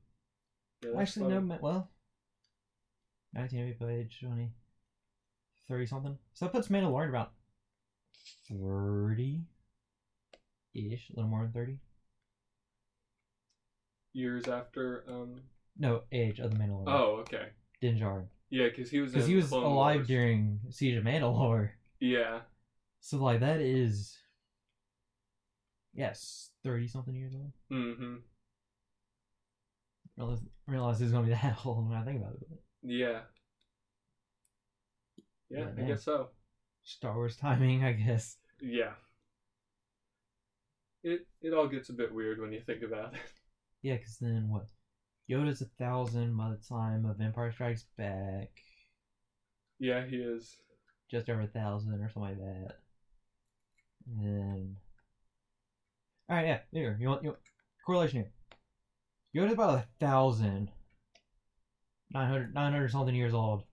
yeah, that's
Actually no
funny.
ma- well. Nineteen people age 20, 30 something. So that puts Mandalorian about thirty ish, a little more than thirty.
years after um
No, age of the Mandalorian.
Oh, okay.
Din Djarin.
Yeah, cuz he was
Because
in
he was
Clone
alive
Wars.
during Siege of Mandalore.
Yeah.
So like that is Yes, thirty something years old.
Mhm.
Realize, realize he's gonna be that old when I think about it. but
Yeah. Yeah,
Right
I
now.
guess so.
Star Wars timing, I guess.
Yeah. It it all gets a bit weird when you think about it.
Yeah, because then what? Yoda's a thousand by the time of Empire Strikes Back,
Yeah, he is.
just over a thousand or something like that. And then, all right, yeah, here you want, you want correlation here. Yoda's about a thousand, 900, 900 something years old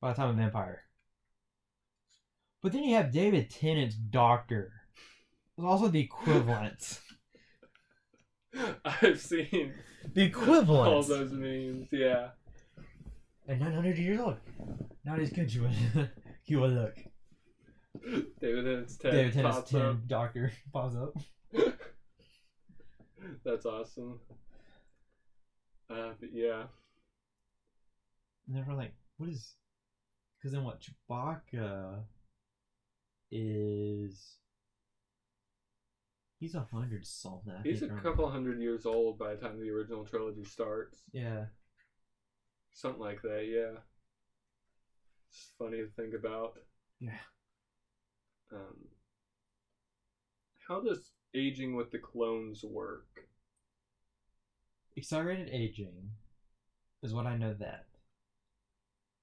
by the time of Empire. But then you have David Tennant's Doctor, who's also the equivalent.
I've seen
the equivalent.
all those memes. Yeah.
And 900 years old. Not as good you would. you would look.
David Tennant's tent
David
pops
Tennant's
up.
10 doctor pops up.
That's awesome. Uh, but yeah,
And then we're like, what is. Because then what? Chewbacca is. He's a hundred something. I
he's a
think, right?
couple hundred years old by the time the original trilogy starts.
Yeah.
Something like that. Yeah. It's funny to think about.
Yeah.
Um, how does aging with the clones work?
accelerated aging is what I know that.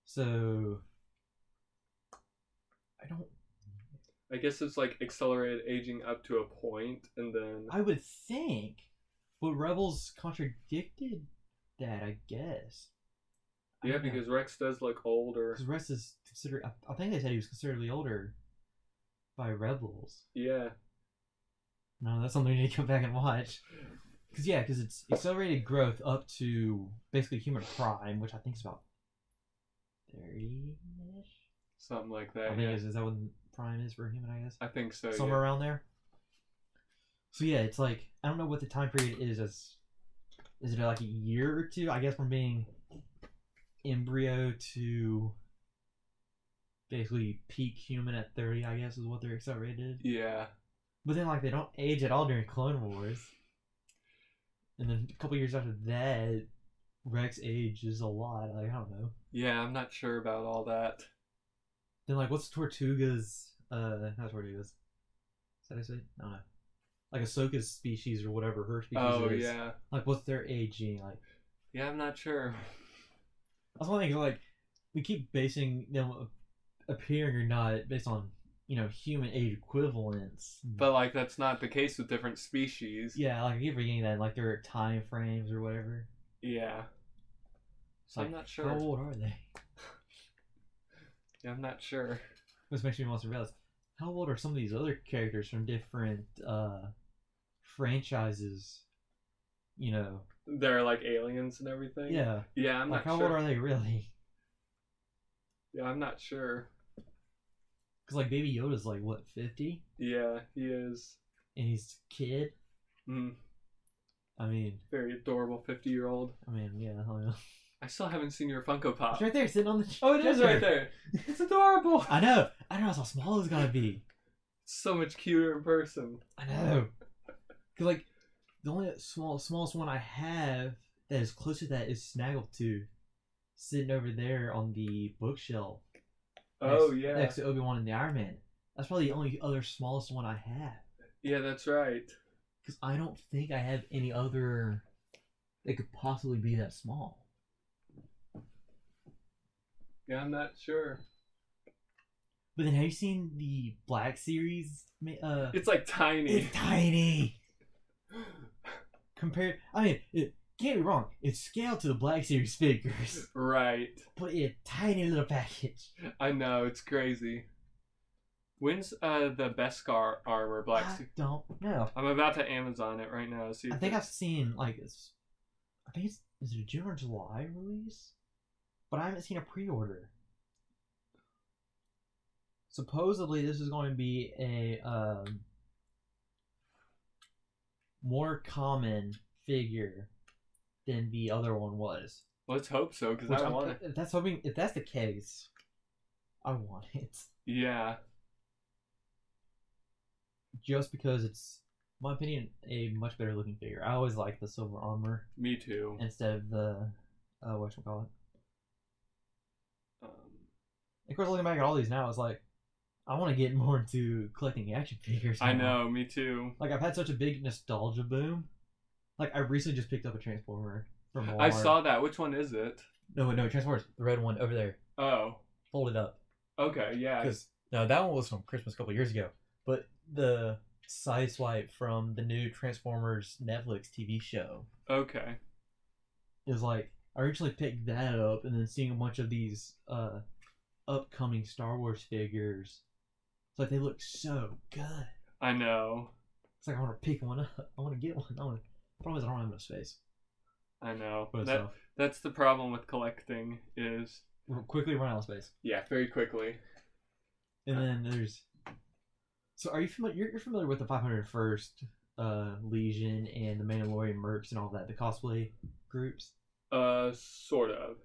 So I don't
I guess it's like accelerated aging up to a point, and then
I would think but Rebels contradicted that, I guess. I
yeah,
don't know.
because Rex does look older.
Because Rex is considered. I- I think they said he was considerably older by Rebels.
Yeah,
No, that's something we need to go back and watch. Because yeah, because it's accelerated growth up to basically human prime, which I think is about thirty-ish.
something like
I
that.
think
yeah.
is, is that what prime is for a human? I guess
I think so.
somewhere around there. So yeah, it's like I don't know what the time period is. As is it like a year or two? I guess from being embryo to basically peak human at thirty. I guess is what they're accelerated.
Yeah. yeah,
But then like they don't age at all during Clone Wars. And then a couple years after that, Rex ages a lot. Like I don't know.
yeah. I'm not sure about all that.
Then like what's Tortuga's uh not Tortuga's. Is that how you say? it? I don't know. Like Ahsoka's species or whatever her species
Oh
is.
yeah,
Like what's their aging? Like
yeah. I'm not sure.
that's one thing like we keep basing them a- appearing or not based on, you know, human age equivalents.
But like that's not the case with different species.
yeah, like I keep forgetting that like their time frames or whatever.
Yeah. So I'm
Like,
not sure.
How old are they?
Yeah, I'm not sure.
This makes me want to realize how old are some of these other characters from different uh, franchises? You know,
They're like aliens and everything.
yeah.
Yeah, I'm
Like
not
how
sure.
old are they really?
Yeah, I'm not sure.
Because Because like Baby Yoda's like what fifty,
Yeah, he is.
and he's a kid.
Mm,
I mean,
very adorable 50 year old.
I mean, yeah, I don't know.
I still haven't seen your Funko Pop.
It's right there, sitting on the.
Uh, Oh, it is right there. It's adorable.
I know. I don't know how small it's gotta be.
So much cuter in person.
I know. Cause like the only small smallest one I have that is close to that is Snaggletooth, sitting over there on the bookshelf.
Oh,
next-
yeah.
Next to Obi Wan and the Iron Man. That's probably the only other smallest one I have.
Yeah, that's right.
Cause I don't think I have any other that could possibly be that small.
Yeah, I'm not sure.
But then have you seen the Black Series? ma- Uh,
It's like tiny.
It's tiny. Compared, I mean, it, can't be wrong. It's scaled to the Black Series figures,
right.
but in a tiny little package.
I know, it's crazy. When's uh the Beskar armor black
I
suit?
don't know.
I'm about to Amazon it right now. See,
Uh, I
if
think
it-
I've seen like it's. I think it's is it a June or July release, but I haven't seen a pre-order. Supposedly, this is going to be a um, more common figure than the other one was.
let's hope so because
Which
I
I'm-
want it.
if that's hoping if that's the case, I want it
Yeah,
just because it's, in my opinion, a much better looking figure. I always like the silver armor
me too.
instead of the uh, what call it.
Um,
Of course, looking back at all these now, it's like I want to get more into collecting action figures.
I
now.
know, me too.
Like I've had such a big nostalgia boom. Like I recently just picked up a transformer from Walmart.
I saw that. Which one is it?
no, no transformers, the red one over there,
Oh,
folded up.
okay, yeah.
Because no, that one was from Christmas a couple years ago. But the sideswipe from the new Transformers Netflix TV show
Okay,
is like I originally picked that up, and then seeing a bunch of these uh, upcoming Star Wars figures, it's like they look so good.
I know,
It's like I want to pick one up. I want to get one. I want. Problem is, I don't have enough space.
I know.
for
That,
myself.
that's the problem with collecting is
We're quickly run out of space.
yeah, very quickly.
And then there's. So are you familiar? You're, you're familiar with the 501st uh, Legion and the Mandalorian Mercs and all that, the cosplay groups.
Uh, sort of.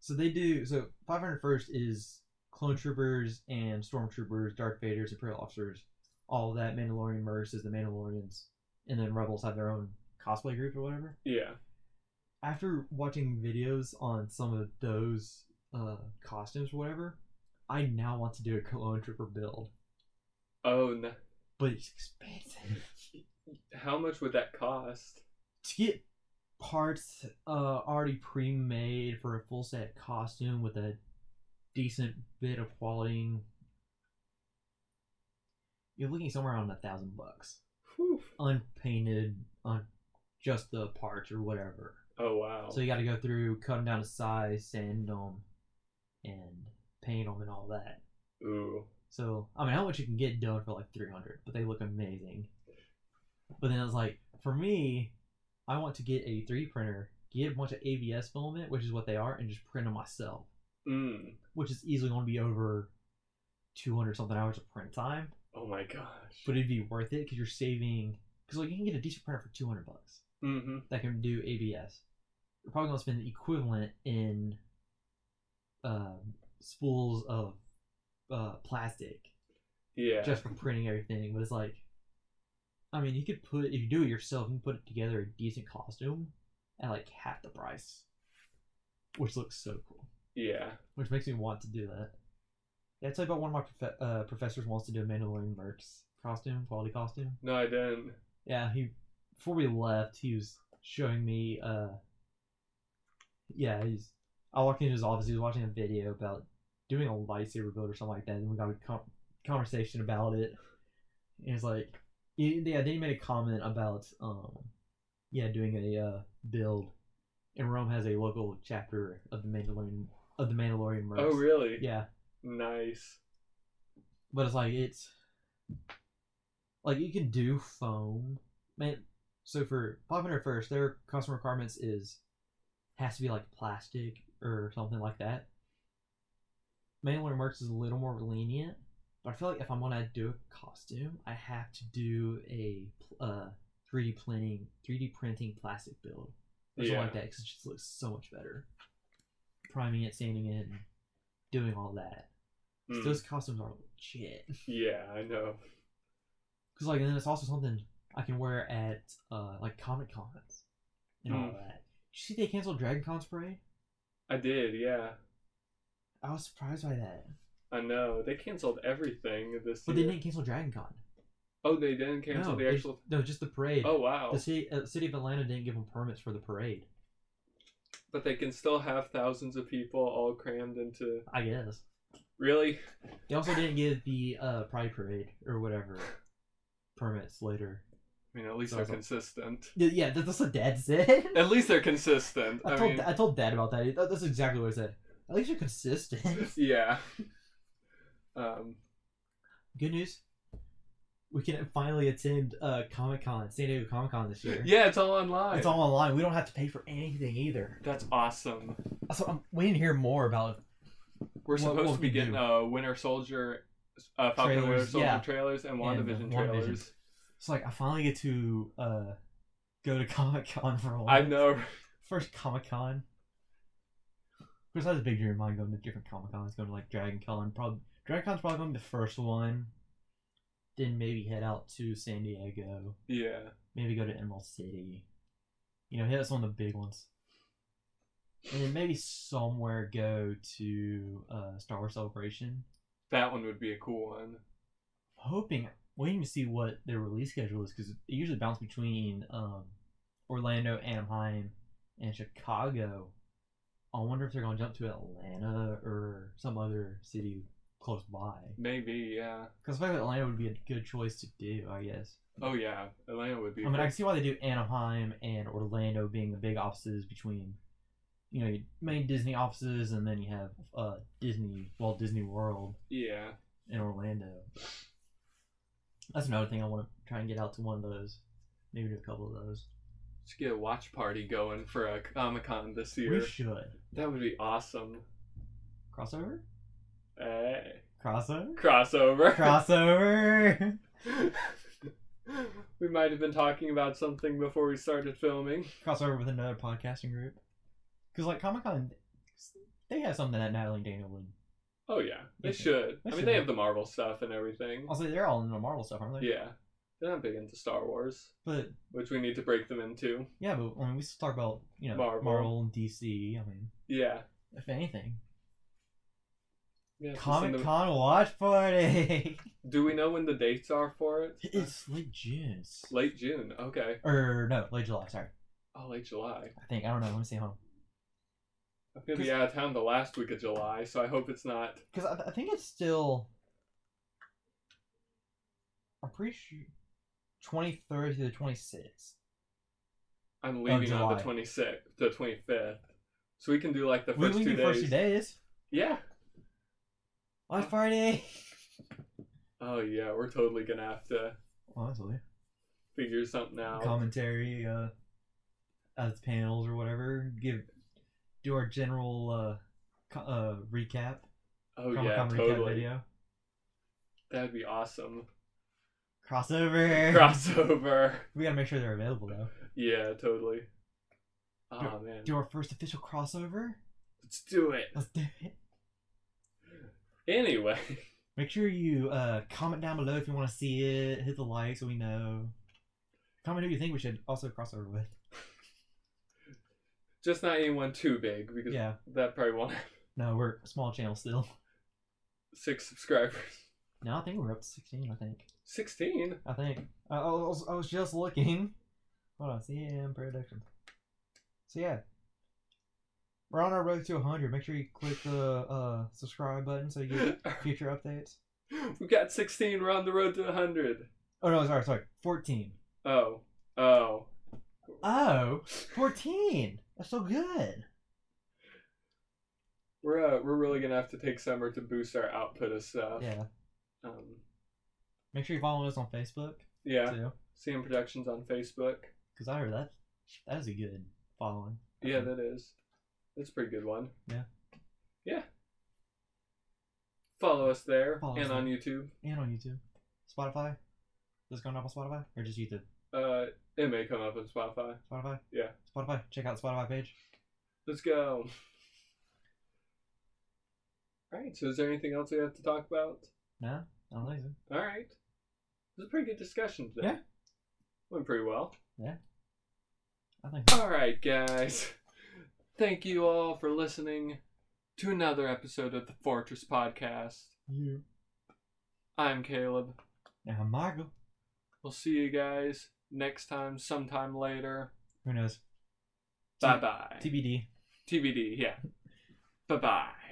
So they do. So 501st is clone troopers and stormtroopers, Darth Vaders, Imperial officers, all that. Mandalorian Mercs is the Mandalorians, and then Rebels have their own cosplay group or whatever.
Yeah.
after watching videos on some of those uh, costumes or whatever, I now want to do a clone trooper build,
Oh, no.
but it's expensive
how much would that cost?
to get parts uh, already pre-made for a full set costume with a decent bit of quality. You're looking somewhere around a thousand bucks,
Whew.
unpainted on just the parts or whatever.
Oh wow.
So you got to go through, cut them down to size, sand them, and paint them and all that.
Ooh.
So I mean, how much you can get done for like three hundred, but they look amazing. But then I was like, for me, I want to get a three D printer, get a bunch of ABS filament, which is what they are, and just print them myself,
Mm.
which is easily going to be over two hundred something hours of print time,
Oh my gosh.
but it'd be worth it because you're saving. Because like you can get a decent printer for two hundred bucks
mm-hmm.
that can do ABS. You're probably gonna spend the equivalent in um spools of uh, plastic
Yeah.
just for printing everything. But it's like, I mean, you could put if you do it yourself, you can put together a decent costume at like half the price, which looks so cool.
yeah.
Which makes me want to do that. Did I tell you about one of my profe- uh, professors wants to do a Mandalorian Mercs costume, quality costume?
No, I didn't.
Yeah, he before we left, he was showing me uh yeah, he's I walked into his office, he was watching a video about doing a lightsaber build or something like that, and we got a com- conversation about it. And it's like he- yeah, then he made a comment about um yeah, doing a uh build and Rome has a local chapter of the Mandalorian of the Mandalorian Mercs.
Oh really?
Yeah.
Nice.
But it's like it's like you can do foam. Man so for five hundred first, their custom requirements is has to be like plastic or something like that. Mandalorian Mercs is a little more lenient, But I feel like if I'm gonna do a costume, I have to do a pl- uh, 3D printing 3D printing plastic build or something like
Yeah.
that because it just looks so much better. Priming it, sanding it, and doing all that. 'Cause
Mm.
Those costumes are legit.
Yeah, I know.
Because like, and then it's also something I can wear at uh like comic cons and all
Mm.
that. Did you see they canceled Dragon Con's parade?
I did, yeah.
I was surprised by that,
I know. They canceled everything this
but they
year.
didn't cancel Dragon Con.
Oh, they didn't cancel
no,
the
they-
actual.
no, just the parade.
Oh, wow.
The city, uh, city of Atlanta didn't give them permits for the parade.
But they can still have thousands of people all crammed into.
I guess
Really?
they also didn't give the uh, Pride parade or whatever permits later.
I mean, at least
So
they're
it's like-
consistent.
Yeah, Yeah, that- that's what Dad said.
At least they're consistent.
I
I
told
mean,
I told Dad about that. That- That's exactly what I said. At least you're consistent.
yeah. Um,
Good news. We can finally attend uh, Comic Con, San Diego Comic Con this year.
yeah, it's all online.
It's all online. We don't have to pay for anything either.
That's awesome.
So I'm waiting to hear more about
We're
What-
supposed
what
to be
we
getting
do?
uh, Winter Soldier, uh, Falcon and Winter
Trailers,
Soldier
yeah.
trailers and
And the
WandaVision
WandaVision.
trailers.
It's like I finally get to uh, go to Comic Con for a while.
I know.
First Comic Con. Of course, I had a big dream of mine going to different Comic Cons, going to like Dragon Con. Probably Dragon Con's probably going to be the first one. Then maybe head out to San Diego.
Yeah.
Maybe go to Emerald City. You know, hit us on the big ones. And then maybe somewhere go to uh, Star Wars Celebration.
That one would be a cool one.
hoping waiting to see what their release schedule is because it usually bounces between um, Orlando, Anaheim, and Chicago. I wonder if they're going to jump to Atlanta or some other city close by.
Maybe, yeah.
Because I feel like Atlanta would be a good choice to do, I guess.
Oh, yeah. Atlanta would be.
I mean, I
cool.
can see why they do Anaheim and Orlando being the big offices between, you know, your main Disney offices, and then you have uh, Disney, Walt Disney World.
Yeah.
in Orlando. That's another thing I want to try and get out to one of those. Maybe do a couple of those.
Should get a watch party going for a Comic Con this year.
We should.
That would be awesome.
Crossover?
Hey.
Crossover?
Crossover.
Crossover!
we might have been talking about something before we started filming.
Crossover with another podcasting group. Because, like, Comic Con, they have something that Natalie and Daniel would.
Oh, yeah. They
Yeah.
should.
They
I mean,
should.
they have the Marvel stuff and everything.
Also, they're all into Marvel stuff, aren't they?
Yeah. They're not big into Star Wars,
But,
which we need to break them into.
yeah, but, I mean, we still talk about, you know,
Marvel.
Marvel, and DC. I mean,
Yeah.
if anything.
yeah just send
Comic
them-
Con Watch Party!
Do we know when the dates are for it?
it's late June.
Late June. Okay.
Or, no, late July, sorry.
Oh, late July.
I think. I don't know. Let me see. Hold on.
I'm going to be out of town the last week of July, so I hope it's not.
Because I, I think it's still. I'm pretty sure. 23rd through the 26th.
I'm leaving on the
Oh, July.
26th, the 25th. So we can do like the
We,
first
we
two
do
days.
first two days.
Yeah.
On Friday.
Oh, yeah. We're totally going to have to
Honestly.
figure something out.
Commentary, uh, as panels or whatever. Give, do our general, uh, co- uh, recap.
oh,
Comic
yeah.
Con recap
Totally.
video.
That'd be awesome.
Crossover.
Crossover.
we gotta make sure they're available though.
Yeah, totally. Oh, man.
Do our first official crossover.
Let's do it.
Let's do it.
Anyway.
Make sure you uh, comment down below if you want to see it. Hit the like so we know. Comment who you think we should also cross over with.
Just not anyone too big because
Yeah.
that probably won't have
No, we're a small channel still.
six subscribers.
No, I think we're up to 16, I think.
16?
I think. I, I, was, I was just looking. Hold on. CM Productions. So, yeah. We're on our road to 100. Make sure you click the uh, subscribe button so you get future updates.
We've got 16. We're on the road to 100.
Oh, no, sorry, sorry. 14.
Oh. Oh.
Oh, 14. That's so good.
We're, uh, we're really going to have to take summer to boost our output of stuff.
Yeah.
Um,
Make sure you follow us on Facebook,
yeah.
too.
CM Productions on Facebook.
Because I heard that that is a good following.
Yeah, that is. That's a pretty good one.
Yeah.
Yeah. Follow us there
Follow us
and
there.
on YouTube.
and on YouTube, Spotify. Does it go on Apple Spotify or just YouTube?
Uh, it may come up on Spotify.
Spotify.
Yeah.
Spotify. Check out the Spotify page.
Let's go. All right. So, is there anything else we have to talk about?
No, I don't think so.
All right. It was a pretty good discussion today.
Yeah.
Went pretty well.
I think.
All right, guys. Thank you all for listening to another episode of the Fortress Podcast.
You.
I'm Caleb.
Now, Michael.
We'll see you guys next time, sometime later.
Who knows?
Bye bye.
TBD.
TBD, yeah. Bye bye.